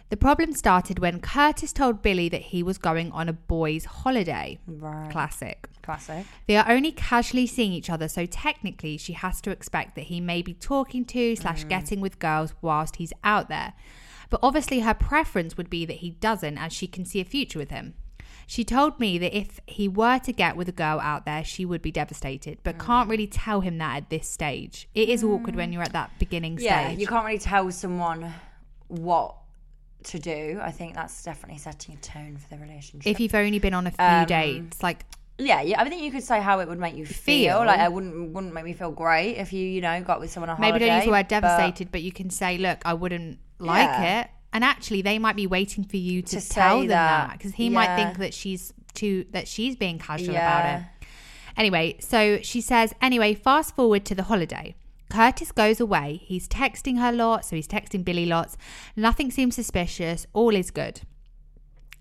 [SPEAKER 1] The problem started when Curtis told Billy that he was going on a boys' holiday.
[SPEAKER 2] Right.
[SPEAKER 1] Classic.
[SPEAKER 2] Classic.
[SPEAKER 1] They are only casually seeing each other, so technically she has to expect that he may be talking to
[SPEAKER 2] Mm.
[SPEAKER 1] slash getting with girls whilst he's out there. But obviously her preference would be that he doesn't as she can see a future with him. She told me that if he were to get with a girl out there, she would be devastated, but
[SPEAKER 2] Mm.
[SPEAKER 1] can't really tell him that at this stage. It is awkward when you're at that beginning
[SPEAKER 2] Yeah,
[SPEAKER 1] stage.
[SPEAKER 2] you can't really tell someone what to do. I think that's definitely setting a tone for the relationship.
[SPEAKER 1] if you've only been on a few
[SPEAKER 2] Um,
[SPEAKER 1] dates, like
[SPEAKER 2] yeah, yeah, I think you could say how it would make you feel.
[SPEAKER 1] Feel.
[SPEAKER 2] Like it wouldn't wouldn't make me feel great if you you know got with someone on
[SPEAKER 1] maybe
[SPEAKER 2] holiday.
[SPEAKER 1] don't use the word
[SPEAKER 2] but
[SPEAKER 1] devastated, but, you can say, "Look, I wouldn't like
[SPEAKER 2] Yeah.
[SPEAKER 1] it," and actually, they might be waiting for you to,
[SPEAKER 2] To say
[SPEAKER 1] tell them
[SPEAKER 2] that.
[SPEAKER 1] that because he might
[SPEAKER 2] Yeah.
[SPEAKER 1] think that she's too that she's being casual
[SPEAKER 2] Yeah.
[SPEAKER 1] about it. Anyway, so she says, anyway, fast forward to the holiday. Curtis goes away. He's texting her lot, so he's texting Billy lots. Nothing seems suspicious. All is good.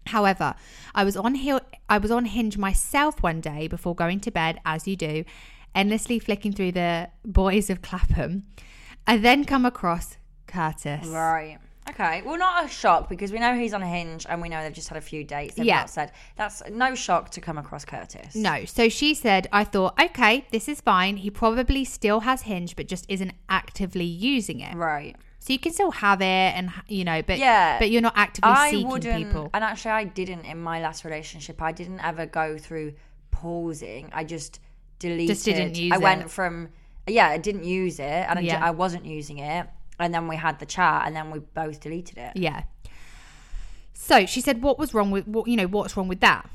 [SPEAKER 1] However, I was on Hil- I was on Hinge myself one day before going to bed, as you do, endlessly flicking through the boys of Clapham. I then come across Curtis.
[SPEAKER 2] Right. Okay. Well, not a shock because we know he's on a hinge and we know they've just had a few dates. They've
[SPEAKER 1] Yeah.
[SPEAKER 2] not said that's no shock to come across Curtis.
[SPEAKER 1] No. So she said, I thought, okay, this is fine. He probably still has Hinge, but just isn't actively using it.
[SPEAKER 2] Right.
[SPEAKER 1] So you can still have it, and you know, but
[SPEAKER 2] Yeah.
[SPEAKER 1] but you're not actively
[SPEAKER 2] I
[SPEAKER 1] seeking
[SPEAKER 2] wouldn't.
[SPEAKER 1] people.
[SPEAKER 2] And actually, I didn't in my last relationship. I didn't ever go through pausing. I just deleted.
[SPEAKER 1] didn't use
[SPEAKER 2] I went
[SPEAKER 1] it.
[SPEAKER 2] from yeah, I didn't use it, and I, ju-
[SPEAKER 1] Yeah.
[SPEAKER 2] I wasn't using it. And then we had the chat, and then we both deleted it.
[SPEAKER 1] Yeah. So she said, "What was wrong with what? You know, what's wrong with that?"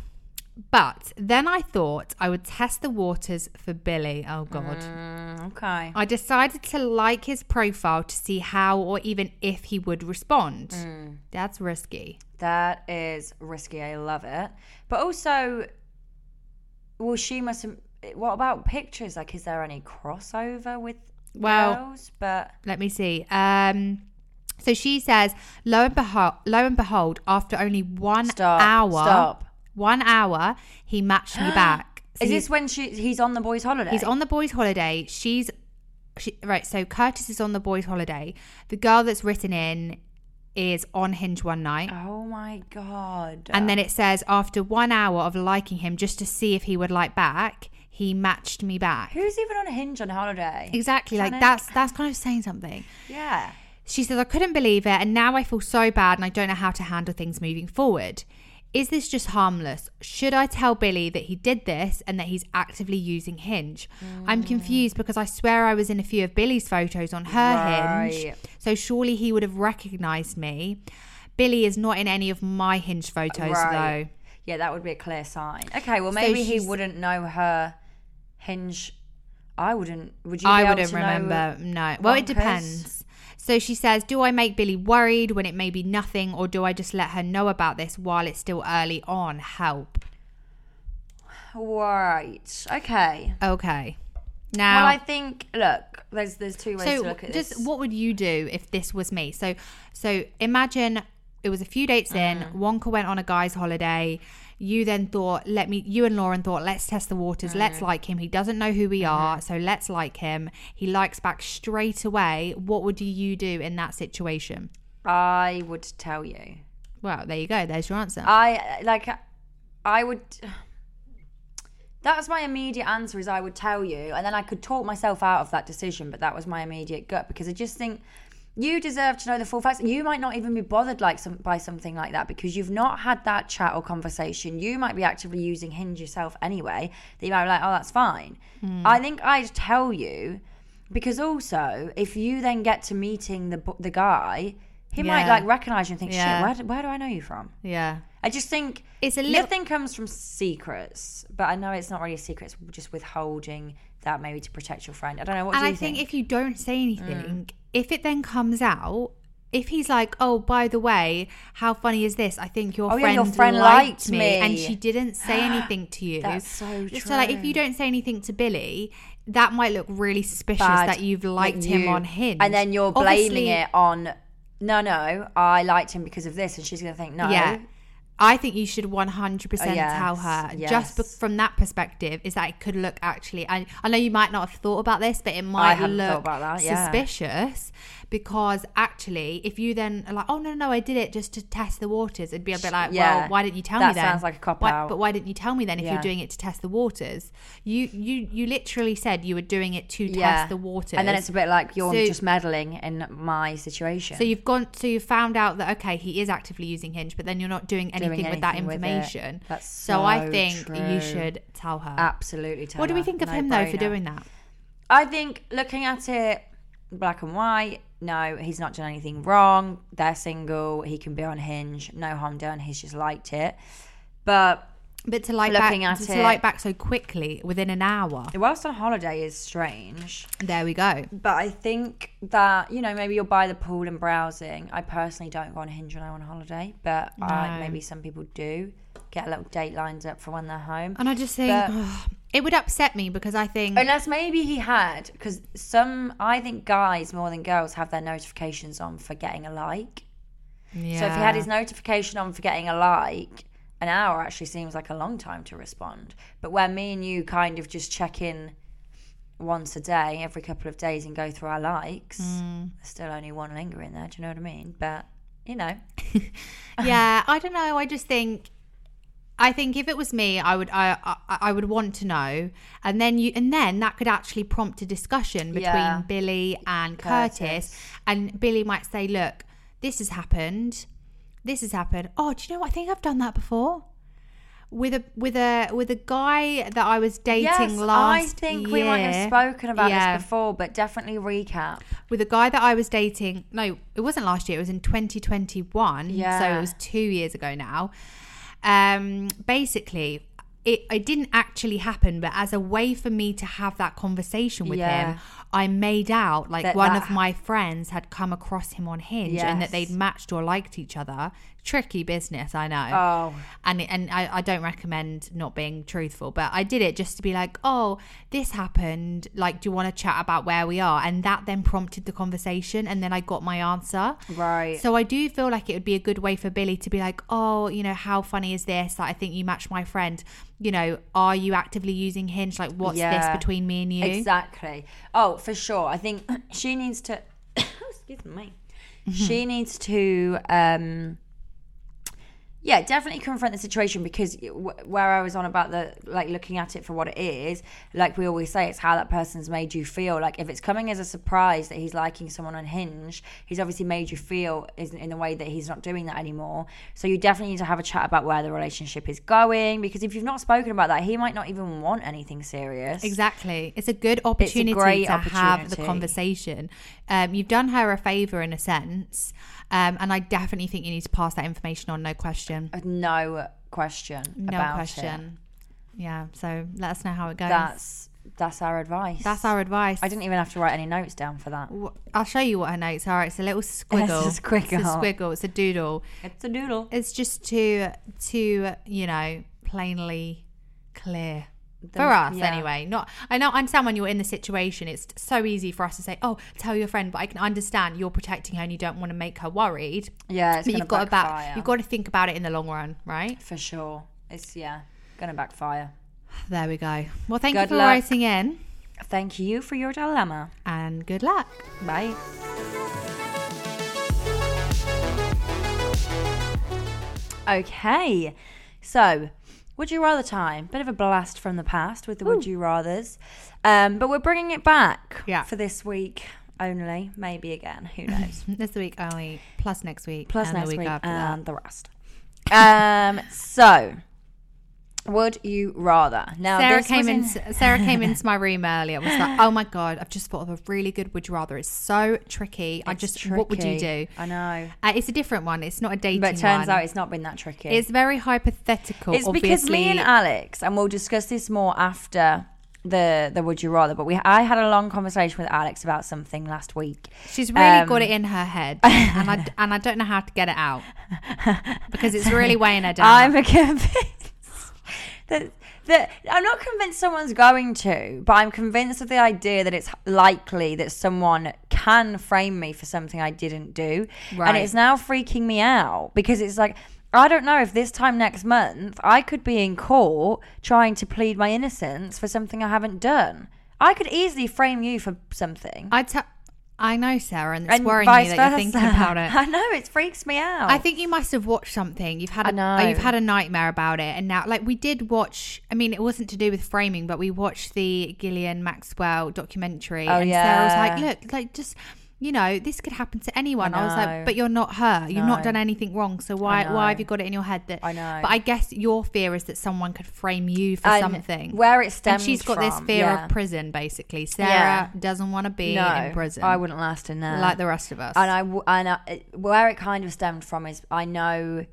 [SPEAKER 1] But then I thought I would test the waters for Billy. Oh God!
[SPEAKER 2] Mm. Okay.
[SPEAKER 1] I decided to like his profile to see how or even if he would respond.
[SPEAKER 2] Mm.
[SPEAKER 1] That's risky.
[SPEAKER 2] That is risky. I love it. But also, well, she must. What about pictures? Like, is there any crossover with
[SPEAKER 1] Well-
[SPEAKER 2] girls? But
[SPEAKER 1] Let me see. Um, so she says, "Lo and behold, lo and behold, after only one
[SPEAKER 2] Stop,
[SPEAKER 1] hour,
[SPEAKER 2] stop.
[SPEAKER 1] one hour, he matched me back." So
[SPEAKER 2] is
[SPEAKER 1] he-
[SPEAKER 2] this when she he's on the boys' holiday?
[SPEAKER 1] He's on the boys' holiday. She's she, right. So Curtis is on the boys' holiday. The girl that's written in is on Hinge one night.
[SPEAKER 2] Oh my god!
[SPEAKER 1] And then it says, after one hour of liking him just to see if he would like back, he matched me back.
[SPEAKER 2] Who's even on a hinge on holiday?
[SPEAKER 1] Exactly. Like
[SPEAKER 2] Panic.
[SPEAKER 1] that's that's kind of saying something.
[SPEAKER 2] Yeah.
[SPEAKER 1] She says, I couldn't believe it, and now I feel so bad and I don't know how to handle things moving forward. Is this just harmless? Should I tell Billy that he did this and that he's actively using Hinge? I'm confused because I swear I was in a few of Billy's photos on her Hinge.
[SPEAKER 2] Right.
[SPEAKER 1] So surely he would have recognized me. Billy is not in any of my Hinge photos
[SPEAKER 2] Right. Yeah, that would be a clear sign. Okay, well maybe he
[SPEAKER 1] she's-
[SPEAKER 2] wouldn't know her hinge I wouldn't. Would you? be
[SPEAKER 1] I
[SPEAKER 2] able
[SPEAKER 1] wouldn't
[SPEAKER 2] to know-
[SPEAKER 1] remember. No. Well, it
[SPEAKER 2] bonkers?
[SPEAKER 1] depends. So she says, Do I make Billy worried when it may be nothing, or do I just let her know about this while it's still early on? Help.
[SPEAKER 2] Right. Okay.
[SPEAKER 1] Okay.
[SPEAKER 2] Well,
[SPEAKER 1] Now,
[SPEAKER 2] I think. Look, there's there's two ways to
[SPEAKER 1] so
[SPEAKER 2] look at
[SPEAKER 1] just
[SPEAKER 2] this.
[SPEAKER 1] what would you do if this was me? So, so imagine it was a few dates in.
[SPEAKER 2] Mm.
[SPEAKER 1] Wonka went on a guy's holiday. You then thought, let me. You and Lauren thought, let's test the waters. Let's
[SPEAKER 2] Mm.
[SPEAKER 1] like him. He doesn't know who we
[SPEAKER 2] Mm-hmm.
[SPEAKER 1] are, so let's like him. He likes back straight away. What would you do in that situation?
[SPEAKER 2] I would tell you.
[SPEAKER 1] Well, there you go. There's your
[SPEAKER 2] Uh,
[SPEAKER 1] answer.
[SPEAKER 2] I like I would that was my immediate answer is I would tell you and then I could talk myself out of that decision but that was my immediate gut because I just think you deserve to know the full facts you might not even be bothered like some by something like that because you've not had that chat or conversation you might be actively using hinge yourself anyway that you might be like oh that's fine
[SPEAKER 1] Hmm.
[SPEAKER 2] I think I'd tell you because also if you then get to meeting the bu- the guy he might
[SPEAKER 1] Yeah.
[SPEAKER 2] like recognize you and think
[SPEAKER 1] Yeah.
[SPEAKER 2] shit where, do- where do I know you from
[SPEAKER 1] yeah.
[SPEAKER 2] I just think
[SPEAKER 1] It's a little.
[SPEAKER 2] nothing comes from secrets, but I know it's not really a secret. It's just withholding that maybe to protect your friend. I don't know what
[SPEAKER 1] and
[SPEAKER 2] do
[SPEAKER 1] I
[SPEAKER 2] you Mm.
[SPEAKER 1] think, if you don't say anything, if it then comes out, if he's like, "Oh, by the way, how funny is this? I think your
[SPEAKER 2] Oh, yeah,
[SPEAKER 1] friend,
[SPEAKER 2] your friend
[SPEAKER 1] liked
[SPEAKER 2] liked
[SPEAKER 1] me,
[SPEAKER 2] me."
[SPEAKER 1] and she didn't say anything to you."
[SPEAKER 2] That's so
[SPEAKER 1] So, like, if
[SPEAKER 2] true.
[SPEAKER 1] you don't say anything to Billy, that might look really suspicious
[SPEAKER 2] Bad
[SPEAKER 1] that you've liked
[SPEAKER 2] that
[SPEAKER 1] him
[SPEAKER 2] you-
[SPEAKER 1] on Hinge,
[SPEAKER 2] and then you're blaming
[SPEAKER 1] Obviously-
[SPEAKER 2] it on. No, no, I liked him because of this, and she's gonna think no.
[SPEAKER 1] Yeah. I think you should 100%
[SPEAKER 2] Oh, yes,
[SPEAKER 1] tell her just be-
[SPEAKER 2] yes.
[SPEAKER 1] from that perspective is that it could look actually I, I know you might not have thought about this but it
[SPEAKER 2] I
[SPEAKER 1] might
[SPEAKER 2] haven't thought
[SPEAKER 1] look
[SPEAKER 2] about that, yeah.
[SPEAKER 1] suspicious because actually if you then are like oh no no I did it just to test the waters it'd be a bit like well
[SPEAKER 2] Yeah.
[SPEAKER 1] why didn't you tell me
[SPEAKER 2] That
[SPEAKER 1] then
[SPEAKER 2] sounds like a cop
[SPEAKER 1] Why-
[SPEAKER 2] out.
[SPEAKER 1] but why didn't you tell me then if you're
[SPEAKER 2] Yeah.
[SPEAKER 1] doing it to test the waters you you you literally said you were doing it to test the waters
[SPEAKER 2] and then it's a bit like you're
[SPEAKER 1] So-
[SPEAKER 2] just meddling in my situation.
[SPEAKER 1] so you've gone so you've found out that okay he is actively using hinge but then you're not doing anything, with that
[SPEAKER 2] anything with it.
[SPEAKER 1] information
[SPEAKER 2] That's
[SPEAKER 1] so, i
[SPEAKER 2] so
[SPEAKER 1] think you
[SPEAKER 2] true.
[SPEAKER 1] should tell her
[SPEAKER 2] absolutely. Tell
[SPEAKER 1] what do we
[SPEAKER 2] her.
[SPEAKER 1] think of him though for
[SPEAKER 2] No-brainer.
[SPEAKER 1] doing that
[SPEAKER 2] I think looking at it black and white, no, he's not done anything wrong. They're single. He can be on Hinge. No harm done. He's just liked it. But
[SPEAKER 1] but to like
[SPEAKER 2] Looking
[SPEAKER 1] back
[SPEAKER 2] at
[SPEAKER 1] to
[SPEAKER 2] it-
[SPEAKER 1] like back so quickly within an hour
[SPEAKER 2] whilst on holiday is strange,
[SPEAKER 1] there we go
[SPEAKER 2] but I think that, you know, maybe you're by the pool and browsing. I personally don't go on Hinge when I'm on holiday, but I,
[SPEAKER 1] No.
[SPEAKER 2] maybe some people do. Get a little date lined up for when they're home.
[SPEAKER 1] and i just think
[SPEAKER 2] But-
[SPEAKER 1] ugh, it would upset me because i think
[SPEAKER 2] Unless maybe he had, because some, I think guys more than girls have their notifications on for getting a like.
[SPEAKER 1] yeah.
[SPEAKER 2] So if he had his notification on for getting a like, an hour actually seems like a long time to respond. But where me and you kind of just check in once a day, every couple of days, and go through our likes,
[SPEAKER 1] Mm.
[SPEAKER 2] there's still only one lingering there. Do you know what I mean? But you know,
[SPEAKER 1] yeah i don't know i just think i think if it was me i would I, I i would want to know and then you and then that could actually prompt a discussion between
[SPEAKER 2] Yeah.
[SPEAKER 1] billy and curtis. and billy might say look this has happened this has happened oh do you know what i think i've done that before with a with a with a guy that i was dating
[SPEAKER 2] yes, I
[SPEAKER 1] last
[SPEAKER 2] think we might
[SPEAKER 1] year.
[SPEAKER 2] have spoken about
[SPEAKER 1] Yeah
[SPEAKER 2] this before, but definitely recap.
[SPEAKER 1] with a guy that I was dating. No, it wasn't last year. It was in 2021. So
[SPEAKER 2] Yeah.
[SPEAKER 1] it was two years ago now. Um, basically, it, it didn't actually happen, but as a way for me to have that conversation with
[SPEAKER 2] Yeah.
[SPEAKER 1] him, I made out like
[SPEAKER 2] That-
[SPEAKER 1] one
[SPEAKER 2] that-
[SPEAKER 1] of my friends had come across him on Hinge and that
[SPEAKER 2] Yes.
[SPEAKER 1] they'd matched or liked each other. Tricky business, I know
[SPEAKER 2] Oh,
[SPEAKER 1] and and I, I don't recommend not being truthful but i did it just to be like oh this happened like do you want to chat about where we are and that then prompted the conversation and then i got my answer
[SPEAKER 2] right.
[SPEAKER 1] so i do feel like it would be a good way for billy to be like oh you know how funny is this like i think you matched my friend you know are you actively using hinge like what's
[SPEAKER 2] Yeah.
[SPEAKER 1] this between me and you
[SPEAKER 2] Exactly. Oh, for sure. I think she needs to. excuse me. She needs to. Um, yeah, definitely confront the situation because w- where I was on about the like looking at it for what it is, like we always say, it's how that person's made you feel. Like if it's coming as a surprise that he's liking someone on Hinge, he's obviously made you feel is in the way that he's not doing that anymore. So you definitely need to have a chat about where the relationship is going because if you've not spoken about that, he might not even want anything serious.
[SPEAKER 1] Exactly. It's a good opportunity
[SPEAKER 2] great
[SPEAKER 1] to have the
[SPEAKER 2] opportunity.
[SPEAKER 1] conversation. Um, you've done her a favor in a sense. Um, and I definitely think you need to pass that information on, no question.
[SPEAKER 2] no question
[SPEAKER 1] No
[SPEAKER 2] about
[SPEAKER 1] question.
[SPEAKER 2] it.
[SPEAKER 1] Yeah. So let us know how it goes.
[SPEAKER 2] That's that's our advice.
[SPEAKER 1] That's our advice.
[SPEAKER 2] I didn't even have to write any notes down for that.
[SPEAKER 1] Wh- I'll show you what her notes are. It's a little squiggle.
[SPEAKER 2] It's a squiggle.
[SPEAKER 1] It's a squiggle. It's a doodle.
[SPEAKER 2] It's a doodle.
[SPEAKER 1] It's just to to you know plainly clear
[SPEAKER 2] The-
[SPEAKER 1] for us
[SPEAKER 2] yeah.
[SPEAKER 1] anyway. Not I know I understand when you're in the situation, it's so easy for us to say, "Oh, tell your friend," but I can understand you're protecting her and you don't want to make her worried.
[SPEAKER 2] Yeah, it's
[SPEAKER 1] But
[SPEAKER 2] gonna
[SPEAKER 1] you've got to
[SPEAKER 2] backfire.
[SPEAKER 1] back, you've got to think about it in the long run, right?
[SPEAKER 2] for sure. It's yeah, gonna backfire.
[SPEAKER 1] There we go. Well, thank you
[SPEAKER 2] Good
[SPEAKER 1] for
[SPEAKER 2] luck.
[SPEAKER 1] writing in
[SPEAKER 2] Thank you for your dilemma.
[SPEAKER 1] and good luck.
[SPEAKER 2] Bye. Okay, so would you rather time? Bit of a blast from the past with the would you rather's, um, but we're bringing it back
[SPEAKER 1] Yeah.
[SPEAKER 2] for this week only. Maybe again, who knows?
[SPEAKER 1] This week only, plus next week,
[SPEAKER 2] Plus
[SPEAKER 1] and the
[SPEAKER 2] next
[SPEAKER 1] week
[SPEAKER 2] week
[SPEAKER 1] after that.
[SPEAKER 2] and the rest. Um, so would you rather? Now
[SPEAKER 1] Sarah
[SPEAKER 2] Uh, this was
[SPEAKER 1] came in, Sarah came into my room earlier and was like, "Oh my god, I've just thought of a really good would you rather. It's so tricky. I
[SPEAKER 2] It's
[SPEAKER 1] just what would you do?
[SPEAKER 2] tricky. I know,
[SPEAKER 1] Uh, it's a different one. It's not a dating
[SPEAKER 2] but it turns
[SPEAKER 1] one.
[SPEAKER 2] out it's not been that tricky.
[SPEAKER 1] it's very hypothetical.
[SPEAKER 2] It's because me and
[SPEAKER 1] obviously.
[SPEAKER 2] Alex, and we'll discuss this more after the the would you rather. But we, I had a long conversation with Alex about something last week.
[SPEAKER 1] she's really
[SPEAKER 2] um,
[SPEAKER 1] got it in her head, and I and I don't know how to get it out because it's really weighing her down.
[SPEAKER 2] I'm convinced that that I'm not convinced someone's going to, but I'm convinced of the idea that it's likely that someone can frame me for something I didn't do,
[SPEAKER 1] Right.
[SPEAKER 2] and it's now freaking me out because it's like. I don't know if this time next month I could be in court trying to plead my innocence for something I haven't done. I could easily frame you for something.
[SPEAKER 1] I te- I know Sarah, and it's worrying me that you're thinking
[SPEAKER 2] versa.
[SPEAKER 1] about it.
[SPEAKER 2] I know it freaks me out.
[SPEAKER 1] I think you must have watched something. You've had
[SPEAKER 2] Oh. I
[SPEAKER 1] a, oh,
[SPEAKER 2] know.
[SPEAKER 1] you've had a nightmare about it, and now like we did watch. I mean, it wasn't to do with framing, but we watched the Gillian Maxwell documentary,
[SPEAKER 2] Oh,
[SPEAKER 1] and
[SPEAKER 2] yeah.
[SPEAKER 1] Sarah was like, "Look, like just." You know, this could happen to anyone. I, was
[SPEAKER 2] know.
[SPEAKER 1] like, but you're not her. You've not
[SPEAKER 2] No.
[SPEAKER 1] done anything wrong. So why
[SPEAKER 2] know.
[SPEAKER 1] why have you got it in your head that
[SPEAKER 2] I know.
[SPEAKER 1] But I guess your fear is that someone could frame you for
[SPEAKER 2] And
[SPEAKER 1] something.
[SPEAKER 2] where it
[SPEAKER 1] and
[SPEAKER 2] stems
[SPEAKER 1] she's got this
[SPEAKER 2] from,
[SPEAKER 1] fear
[SPEAKER 2] yeah.
[SPEAKER 1] of prison basically. Sarah
[SPEAKER 2] Yeah.
[SPEAKER 1] doesn't want to be in prison.
[SPEAKER 2] I wouldn't last in there.
[SPEAKER 1] like the rest of us.
[SPEAKER 2] and I w- and I, it- where it kind of stemmed from is I know,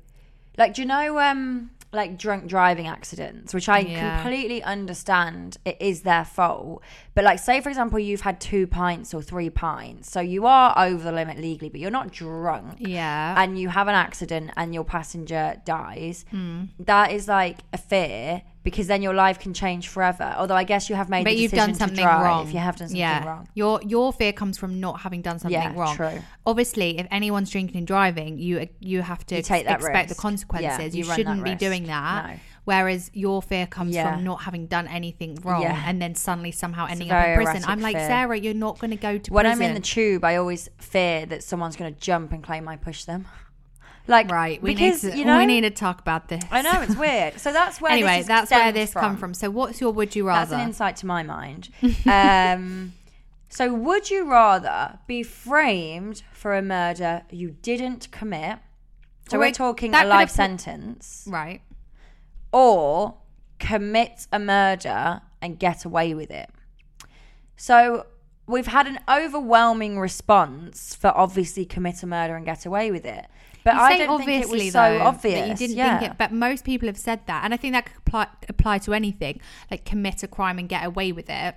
[SPEAKER 2] like do you know um like drunk driving accidents, which I
[SPEAKER 1] Yeah.
[SPEAKER 2] completely understand. It is their fault, but like say for example you've had two pints or three pints, so you are over the limit legally, but you're not drunk.
[SPEAKER 1] yeah.
[SPEAKER 2] and you have an accident and your passenger dies,
[SPEAKER 1] Hmm.
[SPEAKER 2] that is like a fear because then your life can change forever. Although I guess you have made
[SPEAKER 1] but
[SPEAKER 2] the
[SPEAKER 1] you've
[SPEAKER 2] decision
[SPEAKER 1] done something
[SPEAKER 2] to drive.
[SPEAKER 1] wrong.
[SPEAKER 2] If you have done something
[SPEAKER 1] yeah.
[SPEAKER 2] wrong,
[SPEAKER 1] Your your fear comes from not having done something
[SPEAKER 2] Yeah,
[SPEAKER 1] wrong.
[SPEAKER 2] true.
[SPEAKER 1] Obviously, if anyone's drinking and driving, you you have to
[SPEAKER 2] You take that
[SPEAKER 1] expect
[SPEAKER 2] risk.
[SPEAKER 1] the consequences.
[SPEAKER 2] Yeah,
[SPEAKER 1] you
[SPEAKER 2] you run that
[SPEAKER 1] shouldn't be
[SPEAKER 2] risk.
[SPEAKER 1] doing that.
[SPEAKER 2] No.
[SPEAKER 1] Whereas your fear comes
[SPEAKER 2] Yeah.
[SPEAKER 1] from not having done anything wrong
[SPEAKER 2] Yeah.
[SPEAKER 1] and then suddenly somehow ending
[SPEAKER 2] a
[SPEAKER 1] up in
[SPEAKER 2] very
[SPEAKER 1] prison. I'm
[SPEAKER 2] erratic
[SPEAKER 1] like,
[SPEAKER 2] fear.
[SPEAKER 1] Sarah, you're not going to go to
[SPEAKER 2] when
[SPEAKER 1] prison.
[SPEAKER 2] I'm in the tube, I always fear that someone's going to jump and claim I pushed them. Like
[SPEAKER 1] right. We
[SPEAKER 2] because
[SPEAKER 1] need to,
[SPEAKER 2] you know
[SPEAKER 1] we need to talk about this.
[SPEAKER 2] I know it's weird. So that's where
[SPEAKER 1] anyway,
[SPEAKER 2] This is
[SPEAKER 1] that's where
[SPEAKER 2] stemmed
[SPEAKER 1] this come from. So, what's your would you
[SPEAKER 2] That's
[SPEAKER 1] rather?
[SPEAKER 2] an insight to my mind. Um, so, would you rather be framed for a murder you didn't commit? So,
[SPEAKER 1] Or
[SPEAKER 2] we're
[SPEAKER 1] it-
[SPEAKER 2] talking
[SPEAKER 1] that
[SPEAKER 2] a
[SPEAKER 1] could
[SPEAKER 2] life
[SPEAKER 1] appl-
[SPEAKER 2] sentence,
[SPEAKER 1] right.
[SPEAKER 2] or commit a murder and get away with it. So, we've had an overwhelming response for obviously commit a murder and get away with it. But
[SPEAKER 1] You
[SPEAKER 2] I
[SPEAKER 1] say
[SPEAKER 2] don't think it was
[SPEAKER 1] obviously,
[SPEAKER 2] so
[SPEAKER 1] though,
[SPEAKER 2] obvious.
[SPEAKER 1] That you didn't
[SPEAKER 2] yeah.
[SPEAKER 1] think it, but most people have said that, and I think that could apply, apply to anything, like commit a crime and get away with it,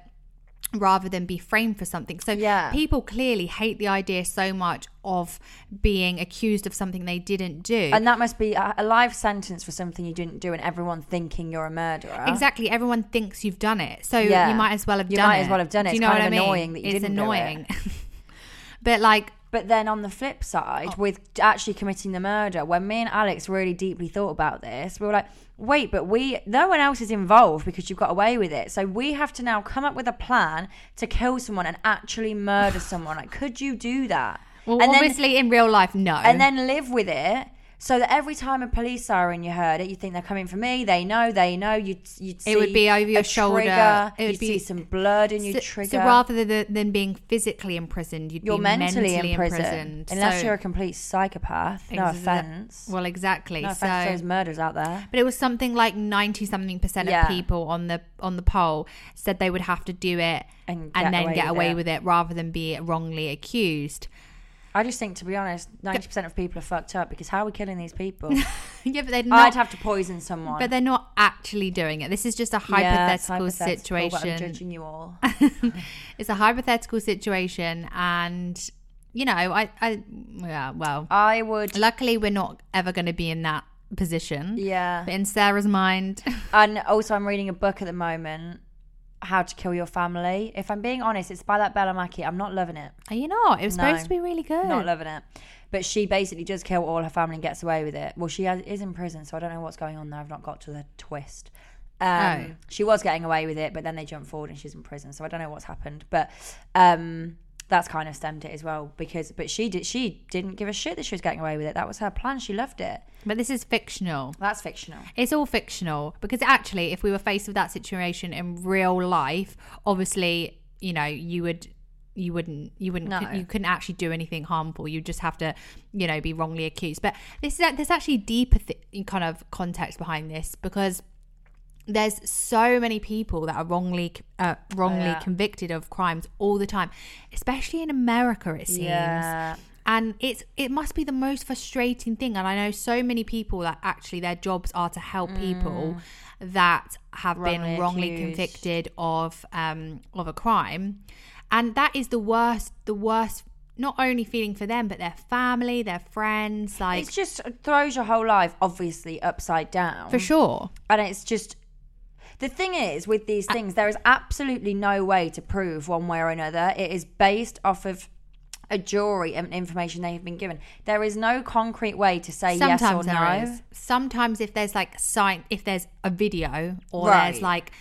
[SPEAKER 1] rather than be framed for something. So
[SPEAKER 2] Yeah.
[SPEAKER 1] people clearly hate the idea so much of being accused of something they didn't do.
[SPEAKER 2] And that must be a a life sentence for something you didn't do, and everyone thinking you're a murderer.
[SPEAKER 1] Exactly, everyone thinks you've done it, so
[SPEAKER 2] Yeah.
[SPEAKER 1] you might as well have
[SPEAKER 2] You
[SPEAKER 1] done
[SPEAKER 2] might
[SPEAKER 1] it.
[SPEAKER 2] as well have done it.
[SPEAKER 1] Do you
[SPEAKER 2] It's
[SPEAKER 1] know
[SPEAKER 2] kind
[SPEAKER 1] what
[SPEAKER 2] of
[SPEAKER 1] I mean?
[SPEAKER 2] annoying that you
[SPEAKER 1] it's
[SPEAKER 2] didn't do it.
[SPEAKER 1] annoying. but like,
[SPEAKER 2] But then on the flip
[SPEAKER 1] Oh.
[SPEAKER 2] side, with actually committing the murder, when me and Alex really deeply thought about this, we were like, wait, but we no one else is involved because you've got away with it. So we have to now come up with a plan to kill someone and actually murder someone. Like, could you do that?
[SPEAKER 1] well,
[SPEAKER 2] and then
[SPEAKER 1] obviously in real life, no.
[SPEAKER 2] and then live with it. So that every time a police siren you heard it, you think they're coming for me. They know, they know. You'd you'd see
[SPEAKER 1] It would be over your
[SPEAKER 2] a
[SPEAKER 1] shoulder.
[SPEAKER 2] Trigger,
[SPEAKER 1] It would
[SPEAKER 2] you'd
[SPEAKER 1] be-
[SPEAKER 2] see some blood in your
[SPEAKER 1] so,
[SPEAKER 2] trigger.
[SPEAKER 1] so rather than, than being physically imprisoned, you'd
[SPEAKER 2] you're
[SPEAKER 1] be
[SPEAKER 2] mentally, imprisoned,
[SPEAKER 1] imprisoned.
[SPEAKER 2] unless
[SPEAKER 1] So-
[SPEAKER 2] you're a complete psychopath. No
[SPEAKER 1] Exa-
[SPEAKER 2] offense.
[SPEAKER 1] Well, exactly.
[SPEAKER 2] no
[SPEAKER 1] so,
[SPEAKER 2] offense to those murders out there.
[SPEAKER 1] but it was something like ninety something percent
[SPEAKER 2] Yeah.
[SPEAKER 1] of people on the on the poll said they would have to do it
[SPEAKER 2] And
[SPEAKER 1] and,
[SPEAKER 2] get
[SPEAKER 1] then
[SPEAKER 2] away
[SPEAKER 1] get
[SPEAKER 2] with
[SPEAKER 1] away
[SPEAKER 2] it.
[SPEAKER 1] with it rather than be wrongly accused.
[SPEAKER 2] I just think, to be honest, ninety percent of people are fucked up because how are we killing these people?
[SPEAKER 1] yeah, but they're
[SPEAKER 2] I'd
[SPEAKER 1] not.
[SPEAKER 2] have to poison someone.
[SPEAKER 1] but they're not actually doing it. This is just a
[SPEAKER 2] Yeah, it's
[SPEAKER 1] hypothetical
[SPEAKER 2] hypothetical, but I'm
[SPEAKER 1] situation.
[SPEAKER 2] judging you all.
[SPEAKER 1] it's a hypothetical situation, and you know, I, I, yeah, well,
[SPEAKER 2] I would.
[SPEAKER 1] luckily we're not ever going to be in that position.
[SPEAKER 2] Yeah.
[SPEAKER 1] But in Sarah's mind,
[SPEAKER 2] And also, I'm reading a book at the moment, How to Kill Your Family. If I'm being honest, it's by that Bella Mackey. I'm not loving it.
[SPEAKER 1] are you not? It was
[SPEAKER 2] No.
[SPEAKER 1] supposed to be really good.
[SPEAKER 2] Not loving it. But she basically does kill all her family and gets away with it. Well, she has, is in prison, so I don't know what's going on there. I've not got to the twist. Um,
[SPEAKER 1] Oh.
[SPEAKER 2] She was getting away with it, but then they jump forward and she's in prison. So I don't know what's happened, but um, that's kind of stemmed it as well because. But she did. She didn't give a shit that she was getting away with it. That was her plan. She loved it.
[SPEAKER 1] but this is fictional.
[SPEAKER 2] That's fictional.
[SPEAKER 1] It's all fictional because actually, if we were faced with that situation in real life, obviously, you know, you would, you wouldn't, you wouldn't,
[SPEAKER 2] No.
[SPEAKER 1] you couldn't actually do anything harmful. You just have to, you know, be wrongly accused. But this is there's actually deeper th- kind of context behind this because there's so many people that are wrongly uh, wrongly
[SPEAKER 2] Oh, Yeah.
[SPEAKER 1] convicted of crimes all the time, especially in America. It seems
[SPEAKER 2] Yeah.
[SPEAKER 1] and it's it must be the most frustrating thing and i know so many people that actually their jobs are to help people that have
[SPEAKER 2] Wrongly
[SPEAKER 1] been wrongly
[SPEAKER 2] Mm. accused.
[SPEAKER 1] convicted of um of a crime and that is the worst the worst not only feeling for them but their family their friends like
[SPEAKER 2] It's just it throws your whole life obviously upside down.
[SPEAKER 1] for sure
[SPEAKER 2] and it's just the thing is with these things there is absolutely no way to prove one way or another it is based off of a jury and information they've been given there is no concrete way to say
[SPEAKER 1] sometimes
[SPEAKER 2] yes or
[SPEAKER 1] there
[SPEAKER 2] no
[SPEAKER 1] is. sometimes if there's like sign if there's a video or
[SPEAKER 2] Right.
[SPEAKER 1] there's like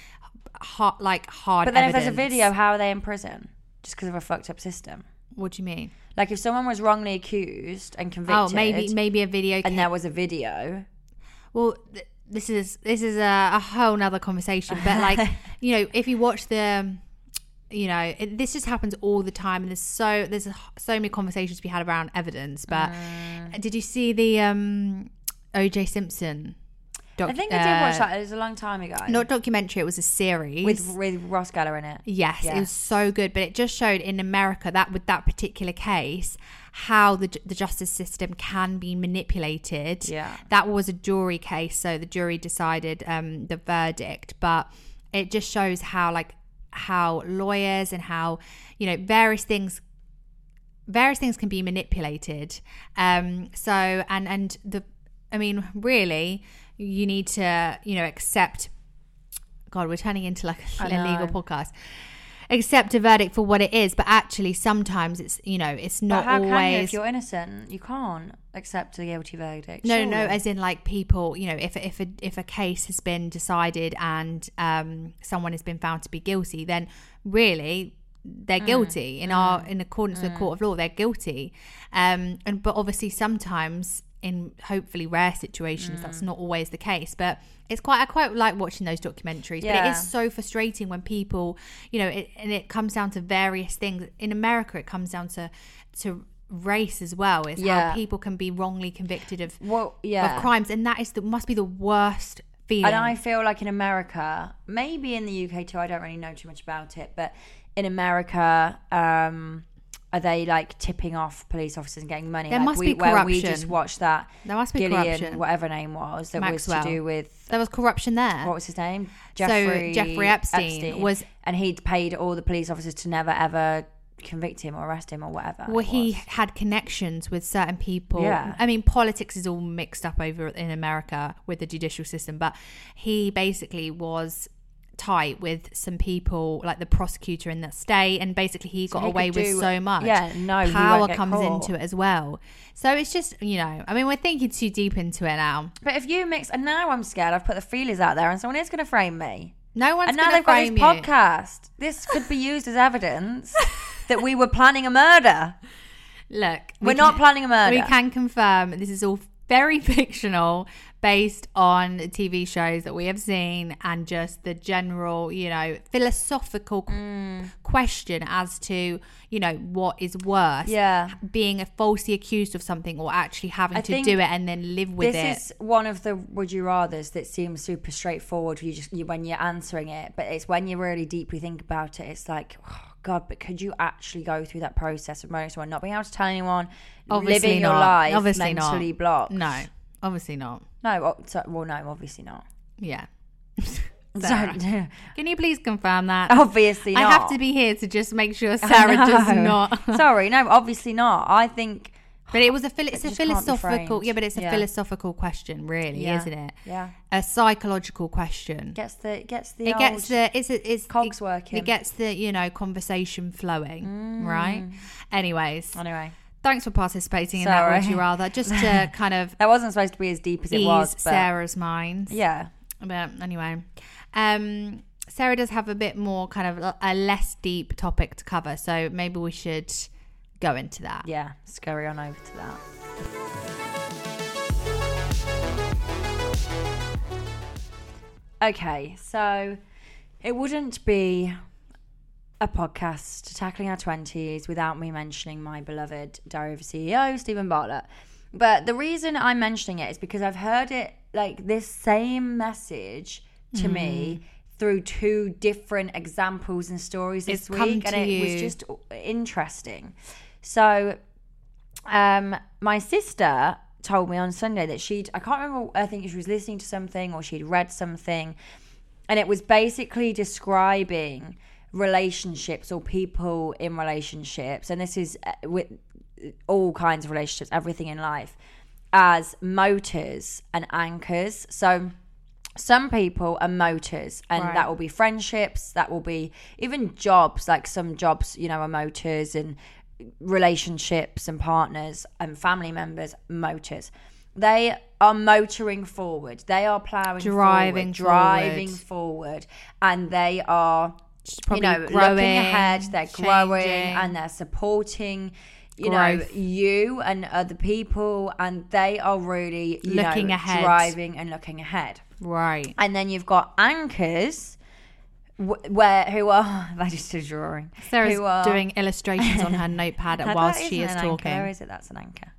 [SPEAKER 1] hot like hard
[SPEAKER 2] but then if
[SPEAKER 1] evidence-
[SPEAKER 2] there's a video how are they in prison just because of a fucked up system
[SPEAKER 1] what do you mean
[SPEAKER 2] like if someone was wrongly accused and convicted
[SPEAKER 1] oh maybe maybe a video
[SPEAKER 2] and there was a video
[SPEAKER 1] Well, th- this is this is a, a whole nother conversation, but like you know, if you watch the, um, you know, it, this just happens all the time, and there's so there's so many conversations to be had around evidence. But
[SPEAKER 2] Mm.
[SPEAKER 1] did you see the um O.J. Simpson? Doc-
[SPEAKER 2] i think i did watch
[SPEAKER 1] uh,
[SPEAKER 2] that it was a long time ago
[SPEAKER 1] Not documentary. It was a series
[SPEAKER 2] with with ross geller in it
[SPEAKER 1] Yes,
[SPEAKER 2] Yeah.
[SPEAKER 1] it was so good, but it just showed in America that with that particular case, how the ju- the justice system can be manipulated.
[SPEAKER 2] Yeah.
[SPEAKER 1] that was a jury case, so the jury decided um, the verdict, but it just shows how like how lawyers and how you know various things various things can be manipulated um so and and the i mean really you need to you know accept god we're turning into like a legal podcast accept a verdict for what it is but actually sometimes it's you know it's
[SPEAKER 2] But
[SPEAKER 1] not
[SPEAKER 2] how
[SPEAKER 1] always
[SPEAKER 2] can you if you're innocent? You can't accept a guilty verdict.
[SPEAKER 1] no, no,
[SPEAKER 2] surely.
[SPEAKER 1] no. As in, like people, you know, if if a if a case has been decided and um, someone has been found to be guilty, then really
[SPEAKER 2] Mm,
[SPEAKER 1] they're guilty in our in accordance with the court of law. They're guilty, um, and but obviously sometimes in hopefully rare situations
[SPEAKER 2] Mm.
[SPEAKER 1] that's not always the case. But it's quite I quite like watching those documentaries. But
[SPEAKER 2] Yeah.
[SPEAKER 1] it is so frustrating when people, you know, it, and it comes down to various things. In America, it comes down to to race as well. It's
[SPEAKER 2] Yeah.
[SPEAKER 1] how people can be wrongly convicted of
[SPEAKER 2] Well, yeah.
[SPEAKER 1] of crimes, and that is the must be the worst feeling.
[SPEAKER 2] And I feel like in America, maybe in the UK too, I don't really know too much about it, but in America, um, are they like tipping off police officers and getting money?
[SPEAKER 1] There
[SPEAKER 2] like
[SPEAKER 1] must
[SPEAKER 2] we,
[SPEAKER 1] be
[SPEAKER 2] where we
[SPEAKER 1] corruption.
[SPEAKER 2] just watched that
[SPEAKER 1] There must be
[SPEAKER 2] Gillian,
[SPEAKER 1] corruption.
[SPEAKER 2] whatever her name was, that was
[SPEAKER 1] Maxwell.
[SPEAKER 2] to do with
[SPEAKER 1] there was corruption there.
[SPEAKER 2] what was his name? Jeffrey
[SPEAKER 1] Jeffrey Epstein was-
[SPEAKER 2] and he'd paid all the police officers to never ever convict him or arrest him or whatever.
[SPEAKER 1] well,
[SPEAKER 2] it
[SPEAKER 1] he
[SPEAKER 2] was.
[SPEAKER 1] had connections with certain people.
[SPEAKER 2] Yeah.
[SPEAKER 1] I mean, politics is all mixed up over in America with the judicial system, but he basically was tight with some people, like the prosecutor in that state, and basically he got
[SPEAKER 2] he could
[SPEAKER 1] away with
[SPEAKER 2] do-
[SPEAKER 1] so much.
[SPEAKER 2] yeah, no, he won't
[SPEAKER 1] power
[SPEAKER 2] get
[SPEAKER 1] comes
[SPEAKER 2] caught.
[SPEAKER 1] into it as well. So it's just you know, I mean, we're thinking too deep into it now.
[SPEAKER 2] But if you mix, and now I'm scared. I've put the feelers out there, and someone is going to frame me.
[SPEAKER 1] No one's
[SPEAKER 2] and
[SPEAKER 1] going
[SPEAKER 2] now
[SPEAKER 1] to
[SPEAKER 2] they've got
[SPEAKER 1] frame
[SPEAKER 2] this
[SPEAKER 1] you.
[SPEAKER 2] podcast. This could be used as evidence that we were planning a murder.
[SPEAKER 1] Look,
[SPEAKER 2] We're not planning a murder.
[SPEAKER 1] We can confirm this is all very fictional, based on TV shows that we have seen and just the general, you know, philosophical qu-
[SPEAKER 2] Mm.
[SPEAKER 1] question as to, you know, what is worse.
[SPEAKER 2] Yeah.
[SPEAKER 1] Being falsely accused of something or actually having
[SPEAKER 2] I
[SPEAKER 1] to
[SPEAKER 2] think
[SPEAKER 1] do it and then live with it.
[SPEAKER 2] this is one of the would you rather's that seems super straightforward. You just you, when you're answering it, but it's when you really deeply think about it. It's like, oh God, but could you actually go through that process of murdering someone, not being able to tell anyone,
[SPEAKER 1] Obviously
[SPEAKER 2] living your
[SPEAKER 1] not.
[SPEAKER 2] life
[SPEAKER 1] Obviously not.
[SPEAKER 2] mentally blocked?
[SPEAKER 1] No, obviously not.
[SPEAKER 2] No, oh, so- well, no, obviously not.
[SPEAKER 1] Yeah.
[SPEAKER 2] So,
[SPEAKER 1] Sarah. Can you please confirm that?
[SPEAKER 2] obviously
[SPEAKER 1] I
[SPEAKER 2] not.
[SPEAKER 1] have to be here to just make sure Sarah does
[SPEAKER 2] No.
[SPEAKER 1] not.
[SPEAKER 2] Sorry, no, obviously not. I think.
[SPEAKER 1] But it was a phil- it's a
[SPEAKER 2] just can't be
[SPEAKER 1] philosophical
[SPEAKER 2] framed.
[SPEAKER 1] yeah, but it's a
[SPEAKER 2] Yeah.
[SPEAKER 1] philosophical question, really,
[SPEAKER 2] Yeah.
[SPEAKER 1] isn't it?
[SPEAKER 2] Yeah.
[SPEAKER 1] A psychological question.
[SPEAKER 2] Gets the gets the
[SPEAKER 1] it gets the it's a, it's
[SPEAKER 2] cogs
[SPEAKER 1] it,
[SPEAKER 2] working. Mm.
[SPEAKER 1] It gets the you know conversation flowing, right? Anyways,
[SPEAKER 2] anyway.
[SPEAKER 1] thanks for participating in that. Would
[SPEAKER 2] Sorry.
[SPEAKER 1] you rather just to kind of
[SPEAKER 2] That wasn't supposed to be as deep as it
[SPEAKER 1] ease
[SPEAKER 2] was, but
[SPEAKER 1] Sarah's mind?
[SPEAKER 2] yeah,
[SPEAKER 1] But anyway, um, Sarah does have a bit more kind of l- a less deep topic to cover, so maybe we should go into that.
[SPEAKER 2] yeah. Scurry on over to that. Okay, so it wouldn't be a podcast tackling our 20s without me mentioning my beloved Diary of a CEO, E Stephen Bartlett. But the reason I'm mentioning it is because I've heard it like this same message to me through two different examples and stories this
[SPEAKER 1] Mm. It's
[SPEAKER 2] week,
[SPEAKER 1] come
[SPEAKER 2] and
[SPEAKER 1] to
[SPEAKER 2] it was
[SPEAKER 1] you.
[SPEAKER 2] just interesting. So, um, my sister told me on Sunday that she'd, I can't remember, I think she was listening to something or she'd read something and it was basically describing relationships or people in relationships and this is uh, with all kinds of relationships everything in life as motors and anchors so some people are motors and
[SPEAKER 1] Right.
[SPEAKER 2] that will be friendships that will be even jobs like some jobs you know are motors and relationships and partners and family members motors they are motoring forward they are plowing
[SPEAKER 1] Driving
[SPEAKER 2] forward, driving forward and they are
[SPEAKER 1] She's
[SPEAKER 2] you
[SPEAKER 1] probably
[SPEAKER 2] know
[SPEAKER 1] growing,
[SPEAKER 2] looking ahead they're growing
[SPEAKER 1] changing.
[SPEAKER 2] and they're supporting you
[SPEAKER 1] Growth.
[SPEAKER 2] know you and other people and they are really you
[SPEAKER 1] Looking
[SPEAKER 2] know
[SPEAKER 1] ahead.
[SPEAKER 2] driving and looking ahead
[SPEAKER 1] Right.
[SPEAKER 2] and then you've got anchors wh- where who are that is a drawing
[SPEAKER 1] Sarah's
[SPEAKER 2] who are,
[SPEAKER 1] doing illustrations on her notepad
[SPEAKER 2] Now, that
[SPEAKER 1] whilst she
[SPEAKER 2] isn't
[SPEAKER 1] is
[SPEAKER 2] an
[SPEAKER 1] talking.
[SPEAKER 2] Anchor, is it? That's an anchor.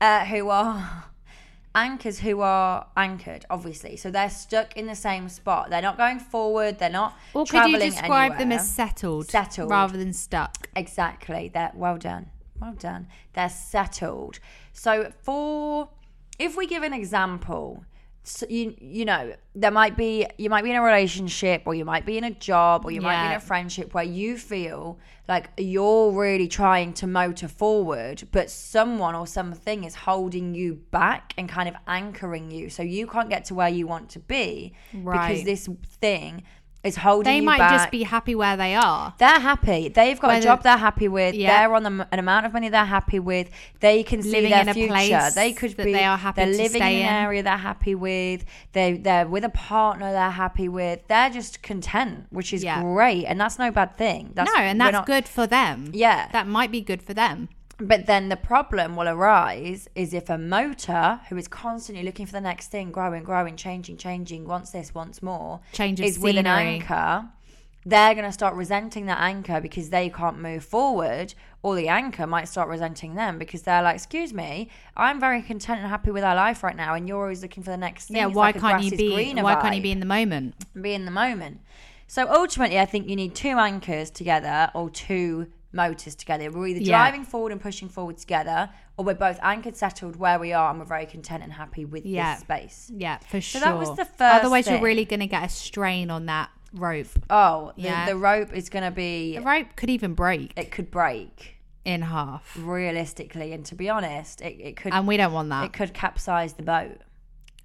[SPEAKER 2] Uh, who are anchors who are anchored, obviously. So they're stuck in the same spot. They're not going forward. They're not
[SPEAKER 1] Or could
[SPEAKER 2] traveling
[SPEAKER 1] you describe them
[SPEAKER 2] anywhere.
[SPEAKER 1] as settled,
[SPEAKER 2] Settled.
[SPEAKER 1] rather than stuck?
[SPEAKER 2] Exactly. They're well done. Well done. They're settled. So for if we give an example, so you you know there might be you might be in a relationship or you might be in a job or you might be in
[SPEAKER 1] Yeah.
[SPEAKER 2] a friendship where you feel like you're really trying to motor forward but someone or something is holding you back and kind of anchoring you so you can't get to where you want to be because
[SPEAKER 1] Right.
[SPEAKER 2] this thing is holding
[SPEAKER 1] They
[SPEAKER 2] you
[SPEAKER 1] might
[SPEAKER 2] back
[SPEAKER 1] just be happy where they are.
[SPEAKER 2] they're happy. They've got
[SPEAKER 1] Whether-
[SPEAKER 2] a job they're happy with.
[SPEAKER 1] Yeah.
[SPEAKER 2] They're on the, an amount of money they're happy with. They can see
[SPEAKER 1] Living
[SPEAKER 2] their
[SPEAKER 1] in a
[SPEAKER 2] future.
[SPEAKER 1] place
[SPEAKER 2] they could
[SPEAKER 1] that
[SPEAKER 2] be.
[SPEAKER 1] they are happy
[SPEAKER 2] are
[SPEAKER 1] to
[SPEAKER 2] living
[SPEAKER 1] stay
[SPEAKER 2] in an
[SPEAKER 1] in.
[SPEAKER 2] area they're happy with. They they're with a partner they're happy with. They're just content, which is
[SPEAKER 1] Yeah.
[SPEAKER 2] great, and that's no bad thing. That's,
[SPEAKER 1] no, and
[SPEAKER 2] we're
[SPEAKER 1] that's
[SPEAKER 2] not-
[SPEAKER 1] good for them.
[SPEAKER 2] Yeah.
[SPEAKER 1] That might be good for them.
[SPEAKER 2] But then the problem will arise is if a motor who is constantly looking for the next thing, growing, growing, changing, changing, wants this, wants more,
[SPEAKER 1] Change of
[SPEAKER 2] is with an
[SPEAKER 1] scenery.
[SPEAKER 2] anchor, they're going to start resenting that anchor because they can't move forward, or the anchor might start resenting them because they're like, "Excuse me, I'm very content and happy with our life right now, and you're always looking for the next thing."
[SPEAKER 1] Yeah,
[SPEAKER 2] It's
[SPEAKER 1] why
[SPEAKER 2] like a
[SPEAKER 1] can't
[SPEAKER 2] grass
[SPEAKER 1] you
[SPEAKER 2] is
[SPEAKER 1] be
[SPEAKER 2] greener
[SPEAKER 1] why can't you be
[SPEAKER 2] vibe
[SPEAKER 1] in the moment?
[SPEAKER 2] be in the moment. So ultimately, I think you need two anchors together or two motors together. We're either
[SPEAKER 1] Yeah.
[SPEAKER 2] driving forward and pushing forward together, or we're both anchored, settled where we are, and we're very content and happy with
[SPEAKER 1] Yeah.
[SPEAKER 2] this space.
[SPEAKER 1] Yeah, for sure.
[SPEAKER 2] that was the first
[SPEAKER 1] Otherwise
[SPEAKER 2] thing.
[SPEAKER 1] you're really gonna get a strain on that rope.
[SPEAKER 2] Oh, the,
[SPEAKER 1] Yeah.
[SPEAKER 2] the rope is going to be,
[SPEAKER 1] The rope could even break
[SPEAKER 2] it could break
[SPEAKER 1] in half.
[SPEAKER 2] realistically. And to be honest, it, it could.
[SPEAKER 1] And we don't want that.
[SPEAKER 2] it could capsize the boat.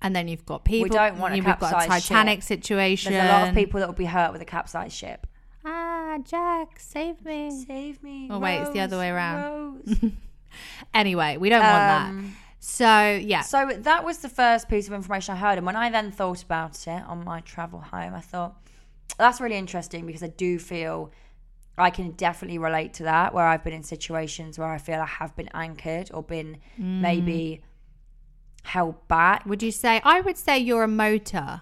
[SPEAKER 1] and then you've got people
[SPEAKER 2] don't want a
[SPEAKER 1] you've got a
[SPEAKER 2] capsized ship.
[SPEAKER 1] Titanic situation.
[SPEAKER 2] There's a lot of people that will be hurt with a capsized ship.
[SPEAKER 1] Ah, Jack, save me.
[SPEAKER 2] Save me.
[SPEAKER 1] Oh, wait, it's the other
[SPEAKER 2] Rose,
[SPEAKER 1] way around.
[SPEAKER 2] Rose.
[SPEAKER 1] Anyway, we don't want
[SPEAKER 2] Um,
[SPEAKER 1] that. So yeah,
[SPEAKER 2] So that was the first piece of information I heard. And when I then thought about it on my travel home, I thought, that's really interesting because I do feel I can definitely relate to that where I've been in situations where I feel I have been anchored or been
[SPEAKER 1] Mm.
[SPEAKER 2] maybe held back.
[SPEAKER 1] would you say? I would say you're a motor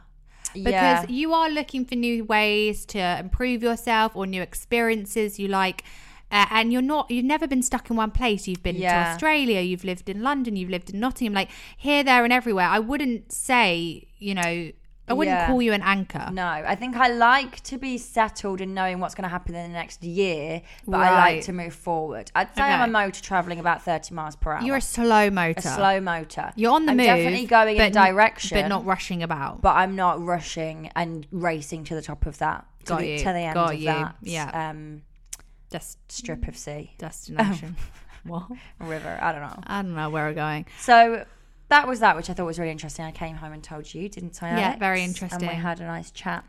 [SPEAKER 1] because
[SPEAKER 2] yeah.
[SPEAKER 1] you are looking for new ways to improve yourself or new experiences you like. Uh, and you're not you've never been stuck in one place you've been to
[SPEAKER 2] Yeah.
[SPEAKER 1] australia you've lived in london you've lived in nottingham like here there and everywhere i wouldn't say you know I wouldn't
[SPEAKER 2] Yeah.
[SPEAKER 1] call you an anchor.
[SPEAKER 2] No, I think I like to be settled and knowing what's going to happen in the next year, but I
[SPEAKER 1] Right.
[SPEAKER 2] like to move forward. I'd say I'm
[SPEAKER 1] Okay.
[SPEAKER 2] a motor traveling about 30 miles per hour.
[SPEAKER 1] You're a slow motor.
[SPEAKER 2] a slow motor.
[SPEAKER 1] You're on the
[SPEAKER 2] I'm
[SPEAKER 1] move.
[SPEAKER 2] definitely going
[SPEAKER 1] but
[SPEAKER 2] in
[SPEAKER 1] n-
[SPEAKER 2] direction,
[SPEAKER 1] but not rushing about.
[SPEAKER 2] but I'm not rushing and racing to the top of that. To
[SPEAKER 1] Got
[SPEAKER 2] the,
[SPEAKER 1] you.
[SPEAKER 2] To the end
[SPEAKER 1] Got
[SPEAKER 2] of
[SPEAKER 1] you.
[SPEAKER 2] that
[SPEAKER 1] Yeah.
[SPEAKER 2] um,
[SPEAKER 1] Just
[SPEAKER 2] strip of sea,
[SPEAKER 1] destination. what?
[SPEAKER 2] river. I don't know.
[SPEAKER 1] I don't know where we're going.
[SPEAKER 2] So that was that, which I thought was really interesting. I came home and told you, didn't I?
[SPEAKER 1] Yeah,
[SPEAKER 2] Alex?
[SPEAKER 1] very
[SPEAKER 2] And
[SPEAKER 1] interesting.
[SPEAKER 2] we had a nice chat.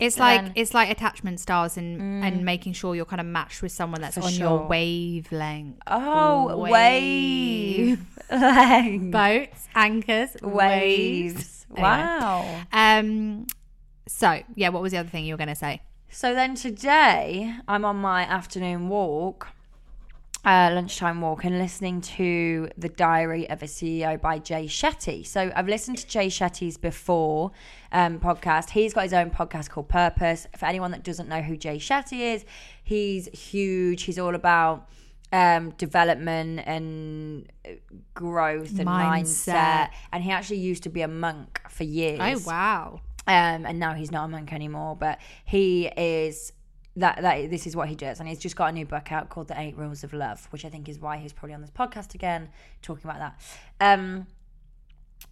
[SPEAKER 1] It's
[SPEAKER 2] And
[SPEAKER 1] like
[SPEAKER 2] then- Mm.
[SPEAKER 1] it's like attachment styles and and making sure you're kind of matched with someone that's
[SPEAKER 2] For
[SPEAKER 1] on your
[SPEAKER 2] sure.
[SPEAKER 1] wavelength.
[SPEAKER 2] Oh,
[SPEAKER 1] Wave.
[SPEAKER 2] wave. Like,
[SPEAKER 1] Boats, anchors, waves.
[SPEAKER 2] waves.
[SPEAKER 1] Anyway.
[SPEAKER 2] Wow.
[SPEAKER 1] Um. So yeah, what was the other thing you were going to say?
[SPEAKER 2] So then today, I'm on my afternoon walk, uh, lunchtime walk, and listening to The Diary of a CEO by Jay Shetty. So I've listened to Jay Shetty's before um, podcast. He's got his own podcast called Purpose. For anyone that doesn't know who Jay Shetty is, he's huge. He's all about um, development and uh, growth and mindset.
[SPEAKER 1] Mindset.
[SPEAKER 2] And he actually used to be a monk for years
[SPEAKER 1] Oh wow.
[SPEAKER 2] um, and now he's not a monk anymore. But he is that that this is what he does, and he's just got a new book out called The Eight Rules of Love, which I think is why he's probably on this podcast again talking about that. Um,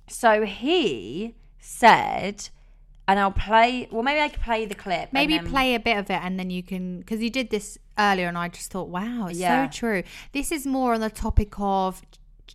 [SPEAKER 2] so he said, and I'll play. Well, maybe I could play the clip. and
[SPEAKER 1] Maybe
[SPEAKER 2] then-
[SPEAKER 1] play a bit of it and then you can because you did this earlier and I just thought, wow, it's
[SPEAKER 2] Yeah.
[SPEAKER 1] so true. This is more on the topic of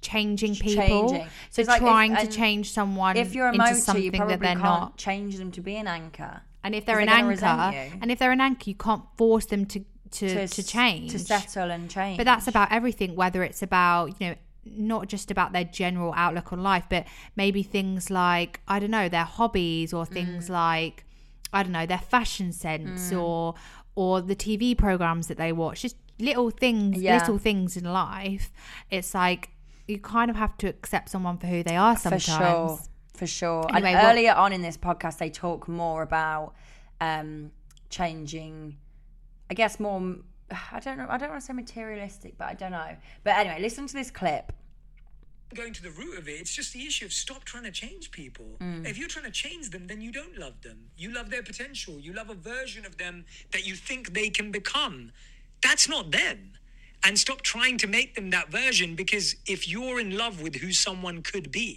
[SPEAKER 1] changing people,
[SPEAKER 2] Changing.
[SPEAKER 1] so
[SPEAKER 2] So it's like if-
[SPEAKER 1] trying to
[SPEAKER 2] and
[SPEAKER 1] change someone
[SPEAKER 2] If you're a
[SPEAKER 1] into
[SPEAKER 2] motor,
[SPEAKER 1] something
[SPEAKER 2] you probably
[SPEAKER 1] that they're
[SPEAKER 2] can't
[SPEAKER 1] not.
[SPEAKER 2] change them to be an anchor.
[SPEAKER 1] And if they're an
[SPEAKER 2] because they're
[SPEAKER 1] anchor,
[SPEAKER 2] gonna resent you.
[SPEAKER 1] and if they're an anchor, you can't force them to to, to,
[SPEAKER 2] s-
[SPEAKER 1] change
[SPEAKER 2] to settle and change.
[SPEAKER 1] But that's about everything, whether it's about, you know, not just about their general outlook on life, but maybe things like, I don't know, their hobbies or things
[SPEAKER 2] Mm.
[SPEAKER 1] like, I don't know, their fashion sense or or the TV programs that they watch. Just little things,
[SPEAKER 2] Yeah.
[SPEAKER 1] little things in life. It's like you kind of have to accept someone for who they are sometimes.
[SPEAKER 2] For sure. For sure.
[SPEAKER 1] Anyway,
[SPEAKER 2] and
[SPEAKER 1] well-
[SPEAKER 2] earlier on in this podcast, they talk more about um, changing, I guess, more. I don't know. I don't want to say materialistic, but I don't know. But anyway, listen to this clip.
[SPEAKER 4] going to the root of it. It's just the issue of stop trying to change people. If you're trying to change them, then you don't love them. You love their potential. You love a version of them that you think they can become. That's not them. And stop trying to make them that version because if you're in love with who someone could be,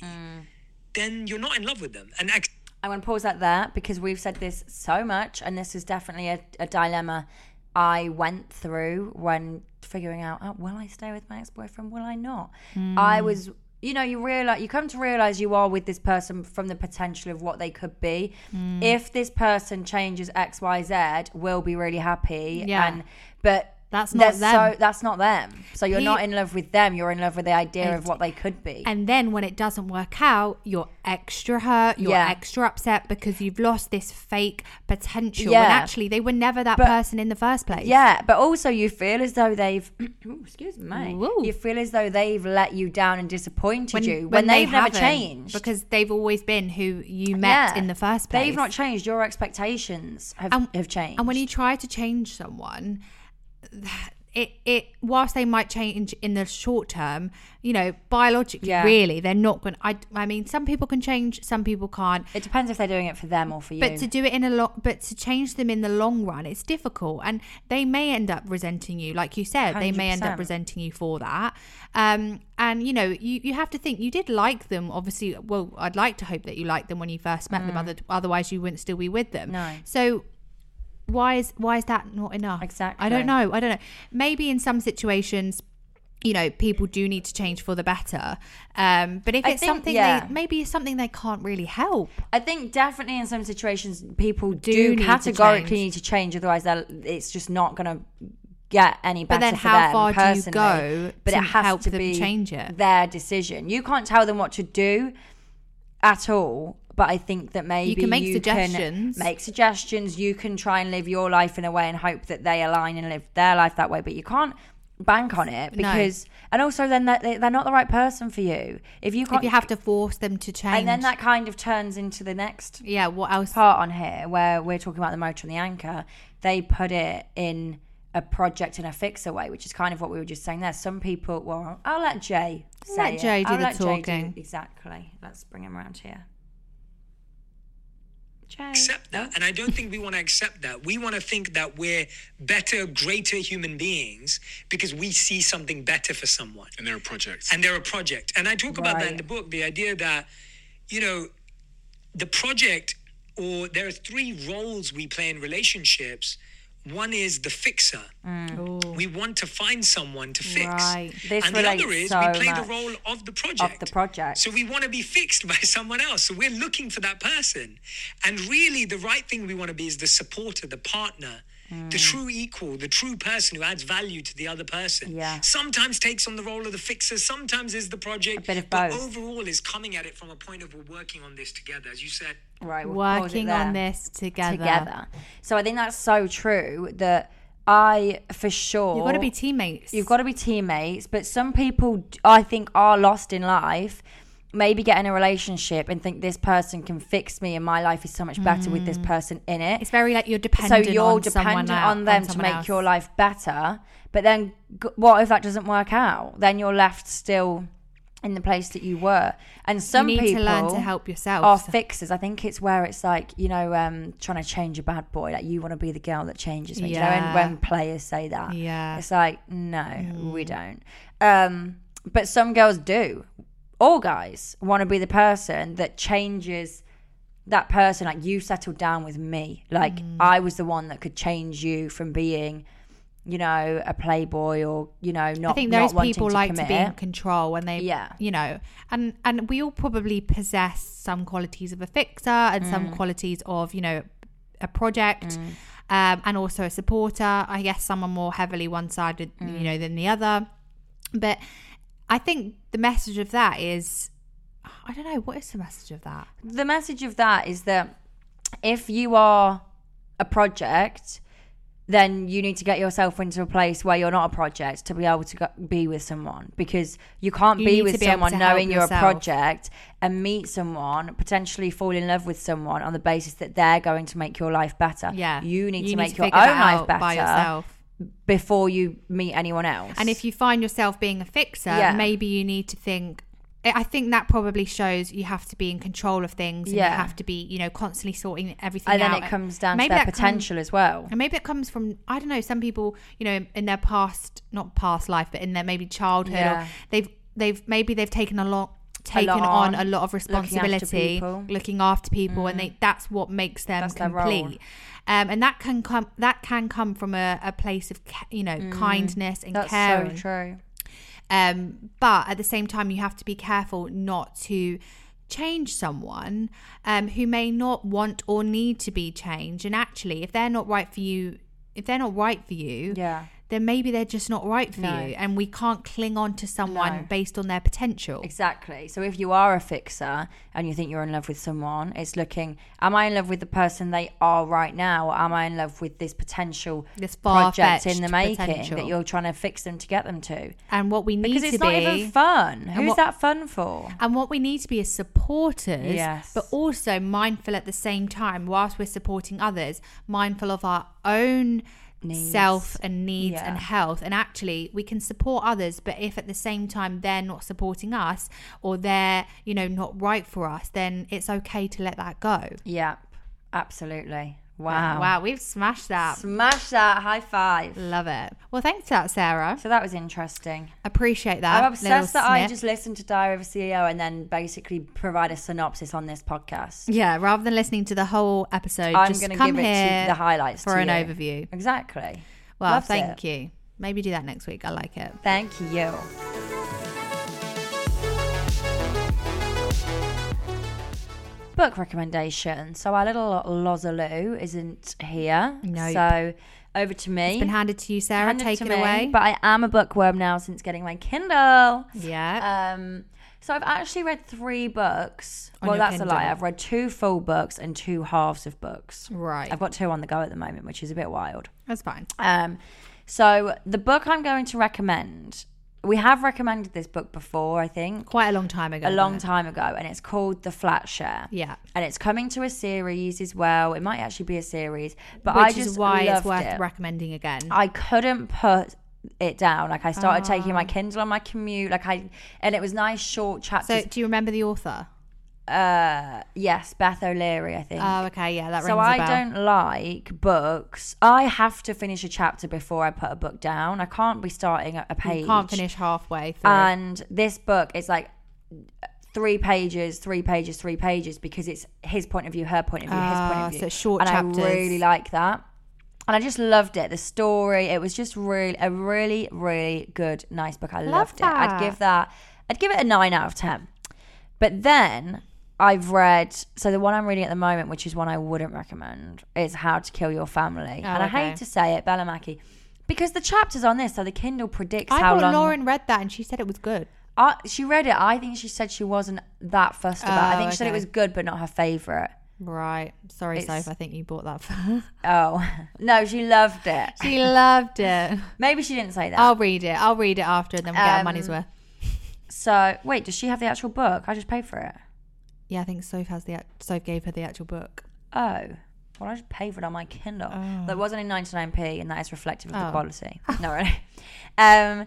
[SPEAKER 4] then you're not in love with them. And ac-
[SPEAKER 2] I'm going to pause that there because we've said this so much, and this is definitely a, a dilemma I went through when figuring out oh, will I stay with my ex boyfriend? Will I not? I
[SPEAKER 1] Hmm.
[SPEAKER 2] was, you know, you realize you come to realize you are with this person from the potential of what they could be.
[SPEAKER 1] Hmm.
[SPEAKER 2] If this person changes X, Y, Z, we'll be really happy.
[SPEAKER 1] Yeah.
[SPEAKER 2] and but.
[SPEAKER 1] That's not
[SPEAKER 2] they're
[SPEAKER 1] them.
[SPEAKER 2] So, that's not them. So you're
[SPEAKER 1] He-
[SPEAKER 2] not in love with them. You're in love with the idea of what they could be.
[SPEAKER 1] And then when it doesn't work out, you're extra hurt, you're
[SPEAKER 2] Yeah.
[SPEAKER 1] extra upset because you've lost this fake potential.
[SPEAKER 2] Yeah.
[SPEAKER 1] And actually, they were never that
[SPEAKER 2] But-
[SPEAKER 1] person in the first place.
[SPEAKER 2] Yeah, but also you feel as though they've. Ooh, excuse me.
[SPEAKER 1] Ooh.
[SPEAKER 2] You feel as though they've let you down and disappointed you when, they've never
[SPEAKER 1] haven't,
[SPEAKER 2] changed.
[SPEAKER 1] Because they've always been who you met
[SPEAKER 2] Yeah.
[SPEAKER 1] in the first place.
[SPEAKER 2] They've not changed. Your expectations have, have changed.
[SPEAKER 1] And when you try to change someone, it it whilst they might change in the short term, you know, biologically,
[SPEAKER 2] Yeah.
[SPEAKER 1] really, they're not going. I I mean, some people can change, some people can't.
[SPEAKER 2] it depends if they're doing it for them or for you.
[SPEAKER 1] But to do it in a lot, but to change them in the long run, it's difficult, and they may end up resenting you, like you said. They may end up
[SPEAKER 2] 100%.
[SPEAKER 1] resenting you for that. Um, and you know, you you have to think you did like them, obviously. Well, I'd like to hope that you liked them when you first met them. Other, otherwise, you wouldn't still be with them.
[SPEAKER 2] Mm. No.
[SPEAKER 1] So. Why is why is that not enough? I
[SPEAKER 2] Exactly.
[SPEAKER 1] don't know. I don't know. Maybe in some situations, you know, people do need to change for the better. Um, but if
[SPEAKER 2] I
[SPEAKER 1] it's
[SPEAKER 2] think-
[SPEAKER 1] something
[SPEAKER 2] yeah.
[SPEAKER 1] they maybe it's something they can't really help.
[SPEAKER 2] I think definitely in some situations people do,
[SPEAKER 1] need to
[SPEAKER 2] categorically
[SPEAKER 1] change.
[SPEAKER 2] need to change, otherwise they'll- it's just not going to get any better.
[SPEAKER 1] then
[SPEAKER 2] for
[SPEAKER 1] how
[SPEAKER 2] them
[SPEAKER 1] far do you
[SPEAKER 2] personally.
[SPEAKER 1] go
[SPEAKER 2] But
[SPEAKER 1] to
[SPEAKER 2] it has
[SPEAKER 1] help
[SPEAKER 2] to
[SPEAKER 1] them
[SPEAKER 2] be
[SPEAKER 1] change it?
[SPEAKER 2] Their decision. You can't tell them what to do at all. But I think that maybe
[SPEAKER 1] can make
[SPEAKER 2] can
[SPEAKER 1] suggestions.
[SPEAKER 2] make suggestions. You can try and live your life in a way and hope that they align and live their life that way. But you can't bank on it because, and also then they're, they're not the right person for you. If you can't,
[SPEAKER 1] If you have to force them to change,
[SPEAKER 2] and then that kind of turns into the next
[SPEAKER 1] yeah, what else?
[SPEAKER 2] part on here where we're talking about the motor and the anchor, they put it in a project and a fixer way, which is kind of what we were just saying there. Some people, well, I'll let Jay say
[SPEAKER 1] let
[SPEAKER 2] it.
[SPEAKER 1] Jay do
[SPEAKER 2] I'll
[SPEAKER 1] the
[SPEAKER 2] let Jay
[SPEAKER 1] talking.
[SPEAKER 2] exactly. Let's bring him around here.
[SPEAKER 4] accept that. And I don't think we want to accept that. We want to think that we're better, greater human beings because we see something better for someone
[SPEAKER 5] And they're a project.
[SPEAKER 4] and they're a project. And I talk about that in
[SPEAKER 2] Right.
[SPEAKER 4] the book the idea that, you know, the project, or there are three roles we play in relationships. One is the fixer.
[SPEAKER 1] Mm.
[SPEAKER 2] Oh,
[SPEAKER 4] We want to find someone to fix.
[SPEAKER 1] Right.
[SPEAKER 2] This
[SPEAKER 4] and the other
[SPEAKER 2] relates
[SPEAKER 4] is
[SPEAKER 2] so
[SPEAKER 4] we play
[SPEAKER 2] much
[SPEAKER 4] the role of the project.
[SPEAKER 2] project.
[SPEAKER 4] So we want to be fixed by someone else. So we're looking for that person. And really, the right thing we want to be is the supporter, the partner. The
[SPEAKER 2] Mm.
[SPEAKER 4] true equal, the true person who adds value to the other person.
[SPEAKER 2] Yeah.
[SPEAKER 4] Sometimes takes on the role of the fixer, sometimes is the
[SPEAKER 2] A
[SPEAKER 4] project.
[SPEAKER 2] bit of
[SPEAKER 4] but
[SPEAKER 2] both.
[SPEAKER 4] overall is coming at it from a point of we're working on this together. As you said,
[SPEAKER 2] right, we'll pause it
[SPEAKER 1] Working on
[SPEAKER 2] there.
[SPEAKER 1] this together.
[SPEAKER 2] together. So I think that's so true that I for sure
[SPEAKER 1] You've got to be teammates.
[SPEAKER 2] You've got to be teammates, but some people d- I think are lost in life. Maybe get in a relationship and think this person can fix me, and my life is so much better with this person in it.
[SPEAKER 1] Mm. It's very like you're
[SPEAKER 2] so
[SPEAKER 1] dependent.
[SPEAKER 2] you're
[SPEAKER 1] on someone
[SPEAKER 2] dependent
[SPEAKER 1] el-
[SPEAKER 2] on them to
[SPEAKER 1] someone
[SPEAKER 2] make
[SPEAKER 1] else.
[SPEAKER 2] your life better. But then, g- what if that doesn't work out? Then you're left still in the place that you were. And some
[SPEAKER 1] you need
[SPEAKER 2] people
[SPEAKER 1] to learn to help yourself.
[SPEAKER 2] are fixes. I think it's where it's like you know, um, trying to change a bad boy. Like you want to be the girl that changes me. You know,
[SPEAKER 1] Yeah.
[SPEAKER 2] and when players say that,
[SPEAKER 1] Yeah. Mm.
[SPEAKER 2] it's like no, we don't. Um, but some girls do. All guys want to be the person that changes that person. Like you settled down with me. Like
[SPEAKER 1] Mm.
[SPEAKER 2] I was the one that could change you from being. You know, a playboy, or you know, not.
[SPEAKER 1] I think
[SPEAKER 2] not
[SPEAKER 1] those
[SPEAKER 2] wanting
[SPEAKER 1] people
[SPEAKER 2] to
[SPEAKER 1] like to
[SPEAKER 2] commit.
[SPEAKER 1] be in control and they,
[SPEAKER 2] Yeah.
[SPEAKER 1] you know, and and we all probably possess some qualities of a fixer and
[SPEAKER 2] Mm.
[SPEAKER 1] some qualities of you know a project. Um, and also a supporter. I guess some are more heavily one-sided,
[SPEAKER 2] Mm.
[SPEAKER 1] you know, than the other. But I think the message of that is, I don't know, what is the message of that?
[SPEAKER 2] the message of that is that if you are a project, then you need to get yourself into a place where you're not a project to be able to go- be with someone because you can't
[SPEAKER 1] You need
[SPEAKER 2] be
[SPEAKER 1] to
[SPEAKER 2] with
[SPEAKER 1] be able
[SPEAKER 2] someone
[SPEAKER 1] to help
[SPEAKER 2] knowing you're a
[SPEAKER 1] yourself.
[SPEAKER 2] project and meet someone potentially fall in love with someone on the basis that they're going to make your life better.
[SPEAKER 1] Yeah,
[SPEAKER 2] you need to make your own
[SPEAKER 1] figure that
[SPEAKER 2] life
[SPEAKER 1] out by
[SPEAKER 2] better
[SPEAKER 1] yourself.
[SPEAKER 2] before you meet anyone else.
[SPEAKER 1] And if you find yourself being a fixer,
[SPEAKER 2] Yeah.
[SPEAKER 1] maybe you need to think. I I think that probably shows you have to be in control of things. And
[SPEAKER 2] Yeah.
[SPEAKER 1] You have to be, you know, constantly sorting everything
[SPEAKER 2] and
[SPEAKER 1] out.
[SPEAKER 2] then it comes down to their
[SPEAKER 1] that comes-
[SPEAKER 2] potential as well.
[SPEAKER 1] and maybe it comes from I don't know. Some people, you know, in, in their past, not past life, but in their maybe childhood,
[SPEAKER 2] Yeah.
[SPEAKER 1] or they've they've maybe they've taken a lot taken on,
[SPEAKER 2] on,
[SPEAKER 1] a lot of
[SPEAKER 2] looking after
[SPEAKER 1] responsibility,
[SPEAKER 2] people. Mm.
[SPEAKER 1] looking after people, and they that's what makes them
[SPEAKER 2] That's their role.
[SPEAKER 1] complete. Um, and that can come that can come from a, a place of ca- you know kindness and
[SPEAKER 2] Mm. That's
[SPEAKER 1] caring.
[SPEAKER 2] so true.
[SPEAKER 1] Um, but at the same time, you have to be careful not to change someone um, who may not want or need to be changed. And actually, if they're not right for you, if they're not right for you,
[SPEAKER 2] Yeah.
[SPEAKER 1] then maybe they're just not right for
[SPEAKER 2] No.
[SPEAKER 1] you. And we can't cling on to someone
[SPEAKER 2] No.
[SPEAKER 1] based on their potential.
[SPEAKER 2] Exactly. So if you are a fixer and you think you're in love with someone, it's looking, am I in love with the person they are right now? Or am I in love with this potential
[SPEAKER 1] This
[SPEAKER 2] project in the
[SPEAKER 1] far-fetched
[SPEAKER 2] making that
[SPEAKER 1] potential.
[SPEAKER 2] you're trying to fix them to get them to?
[SPEAKER 1] And what we need
[SPEAKER 2] Because
[SPEAKER 1] to
[SPEAKER 2] it's not
[SPEAKER 1] be.
[SPEAKER 2] even fun. Who's
[SPEAKER 1] what-
[SPEAKER 2] that fun for?
[SPEAKER 1] And what we need to be is supporters,
[SPEAKER 2] Yes.
[SPEAKER 1] but also mindful at the same time, whilst we're supporting others, mindful of our own
[SPEAKER 2] Needs.
[SPEAKER 1] self and needs
[SPEAKER 2] Yeah.
[SPEAKER 1] and health. And actually, we can support others, but if at the same time they're not supporting us or they're, you know, not right for us, then it's okay to let that go.
[SPEAKER 2] Yeah, absolutely. Wow.
[SPEAKER 1] Wow, we've smashed that.
[SPEAKER 2] Smash that. High five.
[SPEAKER 1] Love it. Well, thanks for that, Sarah.
[SPEAKER 2] So that was interesting.
[SPEAKER 1] Appreciate that.
[SPEAKER 2] I'm
[SPEAKER 1] little
[SPEAKER 2] obsessed that I
[SPEAKER 1] snip.
[SPEAKER 2] just listen to Diary of a CEO and then basically provide a synopsis on this podcast.
[SPEAKER 1] Yeah, rather than listening to the whole episode,
[SPEAKER 2] I'm
[SPEAKER 1] just
[SPEAKER 2] going to
[SPEAKER 1] come
[SPEAKER 2] give it
[SPEAKER 1] here
[SPEAKER 2] to the highlights
[SPEAKER 1] for
[SPEAKER 2] to
[SPEAKER 1] an
[SPEAKER 2] you.
[SPEAKER 1] overview.
[SPEAKER 2] Exactly.
[SPEAKER 1] Well,
[SPEAKER 2] Loves
[SPEAKER 1] thank
[SPEAKER 2] it.
[SPEAKER 1] you. Maybe do that next week. I like it.
[SPEAKER 2] Thank you. Book recommendation. So our little Lozaloo isn't here.
[SPEAKER 1] Nope.
[SPEAKER 2] So over to me.
[SPEAKER 1] It's been handed to you, Sarah.
[SPEAKER 2] Handed
[SPEAKER 1] Take
[SPEAKER 2] to
[SPEAKER 1] it
[SPEAKER 2] me,
[SPEAKER 1] away.
[SPEAKER 2] But I am a bookworm now since getting my Kindle.
[SPEAKER 1] yeah.
[SPEAKER 2] Um, so I've actually read three books.
[SPEAKER 1] On
[SPEAKER 2] well,
[SPEAKER 1] your
[SPEAKER 2] that's a lie.
[SPEAKER 1] Kindle.
[SPEAKER 2] I've read two full books and two halves of books.
[SPEAKER 1] Right.
[SPEAKER 2] uh, I've got two on the go at the moment, which is a bit wild.
[SPEAKER 1] That's fine.
[SPEAKER 2] Um, so the book I'm going to recommend, we have recommended this book before, I think,
[SPEAKER 1] Quite a long time ago.
[SPEAKER 2] a long
[SPEAKER 1] though.
[SPEAKER 2] time ago, and it's called The Flat Share.
[SPEAKER 1] Yeah.
[SPEAKER 2] And it's coming to a series as well. It might actually be a series, but I
[SPEAKER 1] Which
[SPEAKER 2] just
[SPEAKER 1] is why it's
[SPEAKER 2] loved
[SPEAKER 1] worth
[SPEAKER 2] it.
[SPEAKER 1] recommending again.
[SPEAKER 2] I couldn't put it down. Like I started
[SPEAKER 1] Ah.
[SPEAKER 2] taking my Kindle on my commute. Like I, and it was nice short chapters.
[SPEAKER 1] so, do you remember the author?
[SPEAKER 2] Uh, yes, Beth O'Leary, I think.
[SPEAKER 1] Oh, okay, yeah, that rings
[SPEAKER 2] Mm. so
[SPEAKER 1] a
[SPEAKER 2] I
[SPEAKER 1] bell.
[SPEAKER 2] don't like books. I have to finish a chapter before I put a book down. I can't be starting at a page.
[SPEAKER 1] You can't finish halfway through.
[SPEAKER 2] And this book is like three pages, three pages, three pages because it's his point of view, her point of view, his point
[SPEAKER 1] Ah,
[SPEAKER 2] of view.
[SPEAKER 1] so it's short
[SPEAKER 2] and
[SPEAKER 1] chapters.
[SPEAKER 2] I really like that. And I just loved it. The story, it was just really a really, really good, nice book. I loved it.
[SPEAKER 1] that.
[SPEAKER 2] I'd give that I'd give it a nine out of ten. But then I've read so the one I'm reading at the moment, which is one I wouldn't recommend, is How to Kill Your Family. and
[SPEAKER 1] Oh,
[SPEAKER 2] I
[SPEAKER 1] okay.
[SPEAKER 2] hate to say it, Bella Mackey, because the chapters on this, so the Kindle predicts
[SPEAKER 1] I
[SPEAKER 2] how
[SPEAKER 1] thought
[SPEAKER 2] long
[SPEAKER 1] Lauren read that and she said it was good.
[SPEAKER 2] I, she read it. I think she said she wasn't that fussed about. it. I
[SPEAKER 1] Oh,
[SPEAKER 2] think she said it
[SPEAKER 1] okay.
[SPEAKER 2] was good, but not her favorite.
[SPEAKER 1] Right. Sorry,
[SPEAKER 2] It's-
[SPEAKER 1] Soph. I think you bought that for her.
[SPEAKER 2] Oh no, she loved it.
[SPEAKER 1] she Oh. loved it.
[SPEAKER 2] Maybe she didn't say that.
[SPEAKER 1] I'll read it. I'll read it after and then we'll get our
[SPEAKER 2] Um,
[SPEAKER 1] money's worth.
[SPEAKER 2] So wait, does she have the actual book? I just paid for it.
[SPEAKER 1] Yeah, I think Soph has the act- Soph gave her the actual book.
[SPEAKER 2] Oh. Well, I just paid for it on my Kindle. That was only 99p, and that is reflective of the
[SPEAKER 1] Oh.
[SPEAKER 2] quality. no, really. Um,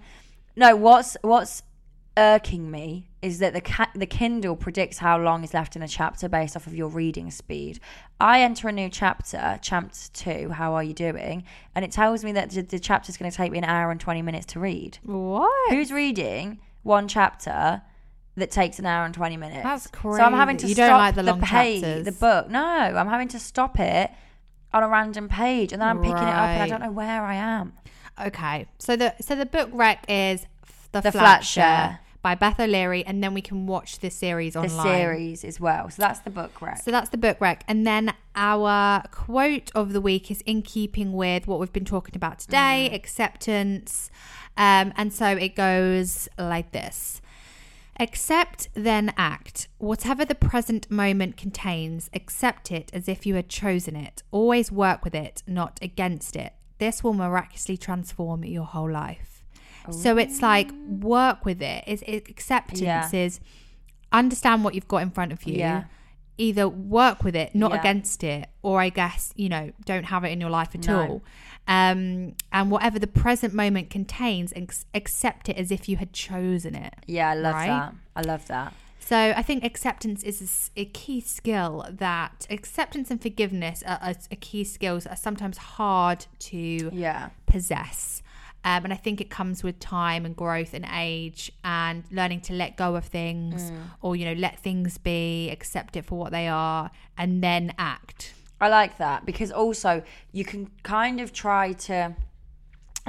[SPEAKER 2] no, what's what's irking me is that the ca- the Kindle predicts how long is left in a chapter based off of your reading speed. I enter a new chapter, chapter two, how are you doing? And it tells me that the, the chapter's going to take me an hour and 20 minutes to read.
[SPEAKER 1] What?
[SPEAKER 2] Who's reading one chapter that takes an hour and 20 minutes?
[SPEAKER 1] That's
[SPEAKER 2] So I'm having
[SPEAKER 1] crazy.
[SPEAKER 2] to
[SPEAKER 1] You don't
[SPEAKER 2] stop
[SPEAKER 1] like the
[SPEAKER 2] the,
[SPEAKER 1] long
[SPEAKER 2] page,
[SPEAKER 1] chapters.
[SPEAKER 2] the book. No, I'm having to stop it on a random page and then I'm picking it up and I
[SPEAKER 1] Right.
[SPEAKER 2] don't know where I am.
[SPEAKER 1] Okay. So the so the book rec is F- The,
[SPEAKER 2] The
[SPEAKER 1] Flat
[SPEAKER 2] Flat
[SPEAKER 1] Share
[SPEAKER 2] Share.
[SPEAKER 1] by Beth O'Leary, and then we can watch this series
[SPEAKER 2] The
[SPEAKER 1] online.
[SPEAKER 2] series as well. So that's the book rec.
[SPEAKER 1] So that's the book rec. And then our quote of the week is in keeping with what we've been talking about
[SPEAKER 2] Mm.
[SPEAKER 1] today acceptance. Um, and so it goes like this Accept, then act. Whatever the present moment contains, accept it as if you had chosen it. Always work with it, not against it. This will miraculously transform your whole life. So it's like work with it. It's, it acceptance
[SPEAKER 2] Oh. Yeah.
[SPEAKER 1] is understand what you've got in front of you
[SPEAKER 2] Yeah.
[SPEAKER 1] either work with it, not
[SPEAKER 2] Yeah.
[SPEAKER 1] against it, or I guess, you know, don't have it in your life at
[SPEAKER 2] No.
[SPEAKER 1] all. Um, and whatever the present moment contains, ex- accept it as if you had chosen it.
[SPEAKER 2] yeah, I love
[SPEAKER 1] Right?
[SPEAKER 2] that. I love that.
[SPEAKER 1] So I think acceptance is a s- a, key skill that acceptance and forgiveness are, are, are key skills that are sometimes hard to
[SPEAKER 2] Yeah.
[SPEAKER 1] possess. Um, and I think it comes with time and growth and age and learning to let go of things
[SPEAKER 2] Mm.
[SPEAKER 1] or, you know, let things be, accept it for what they are, and then act.
[SPEAKER 2] I like that because also you can kind of try to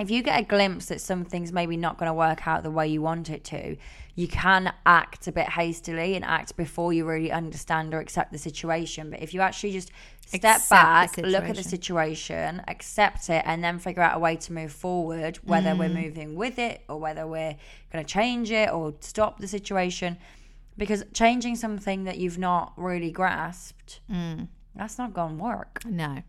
[SPEAKER 2] if you get a glimpse that something's maybe not going to work out the way you want it to, you can act a bit hastily and act before you really understand or accept the situation. But if you actually just step
[SPEAKER 1] Accept the
[SPEAKER 2] back, look at the
[SPEAKER 1] situation.
[SPEAKER 2] situation, accept it, and then figure out a way to move forward, whether we're
[SPEAKER 1] Mm.
[SPEAKER 2] moving with it or whether we're going to change it or stop the situation. Because changing something that you've not really grasped,
[SPEAKER 1] Mm.
[SPEAKER 2] that's not going to work.
[SPEAKER 1] No.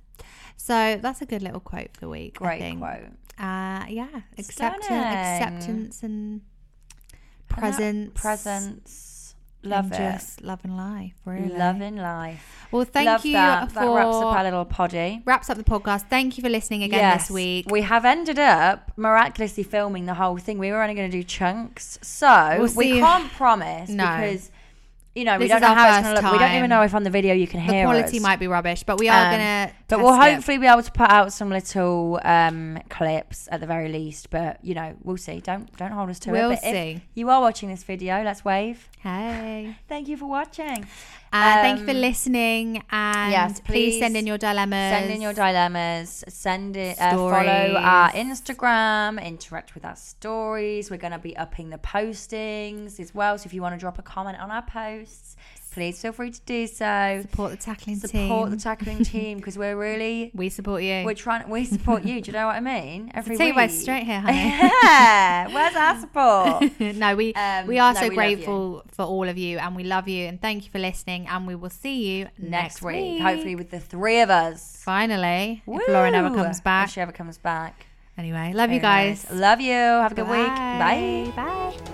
[SPEAKER 1] So that's a good little quote for the week. I
[SPEAKER 2] Great
[SPEAKER 1] think.
[SPEAKER 2] quote.
[SPEAKER 1] Uh, yeah. Acceptance,
[SPEAKER 2] Stunning.
[SPEAKER 1] acceptance and
[SPEAKER 2] And that
[SPEAKER 1] presence.
[SPEAKER 2] Presence.
[SPEAKER 1] and
[SPEAKER 2] Love it.
[SPEAKER 1] Just love and life, really.
[SPEAKER 2] Loving life.
[SPEAKER 1] Well, thank
[SPEAKER 2] Love
[SPEAKER 1] you
[SPEAKER 2] that.
[SPEAKER 1] for
[SPEAKER 2] That wraps up our little poddy.
[SPEAKER 1] wraps up the podcast. Thank you for listening again this week.
[SPEAKER 2] We have ended up miraculously filming the whole thing. We were only going to do chunks. So
[SPEAKER 1] We'll
[SPEAKER 2] we
[SPEAKER 1] see.
[SPEAKER 2] can't promise
[SPEAKER 1] No.
[SPEAKER 2] because, you know, we
[SPEAKER 1] This
[SPEAKER 2] don't
[SPEAKER 1] is
[SPEAKER 2] know
[SPEAKER 1] our
[SPEAKER 2] how it's
[SPEAKER 1] first
[SPEAKER 2] going to look. We don't
[SPEAKER 1] time.
[SPEAKER 2] even know if on the video you can
[SPEAKER 1] the
[SPEAKER 2] hear
[SPEAKER 1] quality
[SPEAKER 2] us.
[SPEAKER 1] might be rubbish, but we are
[SPEAKER 2] Um,
[SPEAKER 1] gonna.
[SPEAKER 2] But we'll
[SPEAKER 1] test it.
[SPEAKER 2] hopefully be able to put out some little um, clips at the very least. But, you know, we'll see. Don't don't hold us to
[SPEAKER 1] We'll
[SPEAKER 2] it. But if
[SPEAKER 1] see.
[SPEAKER 2] you are watching this video, let's wave.
[SPEAKER 1] Hey.
[SPEAKER 2] Thank you for watching.
[SPEAKER 1] Uh, thank you for
[SPEAKER 2] Um,
[SPEAKER 1] listening. And
[SPEAKER 2] yes,
[SPEAKER 1] please, send
[SPEAKER 2] please
[SPEAKER 1] in your dilemmas.
[SPEAKER 2] Send in your dilemmas. Send it. Uh, follow our Instagram. Interact with our stories. We're going to be upping the postings as well. So if you want to drop a comment on our posts, please feel free to do so.
[SPEAKER 1] Support the tackling
[SPEAKER 2] Support
[SPEAKER 1] team.
[SPEAKER 2] the tackling team because we're really
[SPEAKER 1] we support you.
[SPEAKER 2] we're trying. We support you. Do you know what I mean? Every
[SPEAKER 1] Take
[SPEAKER 2] week.
[SPEAKER 1] by straight here, honey.
[SPEAKER 2] yeah. Where's our support?
[SPEAKER 1] no, we
[SPEAKER 2] Um,
[SPEAKER 1] we are
[SPEAKER 2] no,
[SPEAKER 1] so
[SPEAKER 2] we love
[SPEAKER 1] grateful for all of you, and we love you, and thank you for listening, and we will see you
[SPEAKER 2] Next week, hopefully with the three of us.
[SPEAKER 1] finally, if Lauren ever
[SPEAKER 2] Woo!
[SPEAKER 1] comes
[SPEAKER 2] If
[SPEAKER 1] back.
[SPEAKER 2] she ever comes back.
[SPEAKER 1] Anyway, love you
[SPEAKER 2] Very
[SPEAKER 1] guys.
[SPEAKER 2] nice. Love you. Have a good week. Bye.
[SPEAKER 1] Bye. Bye.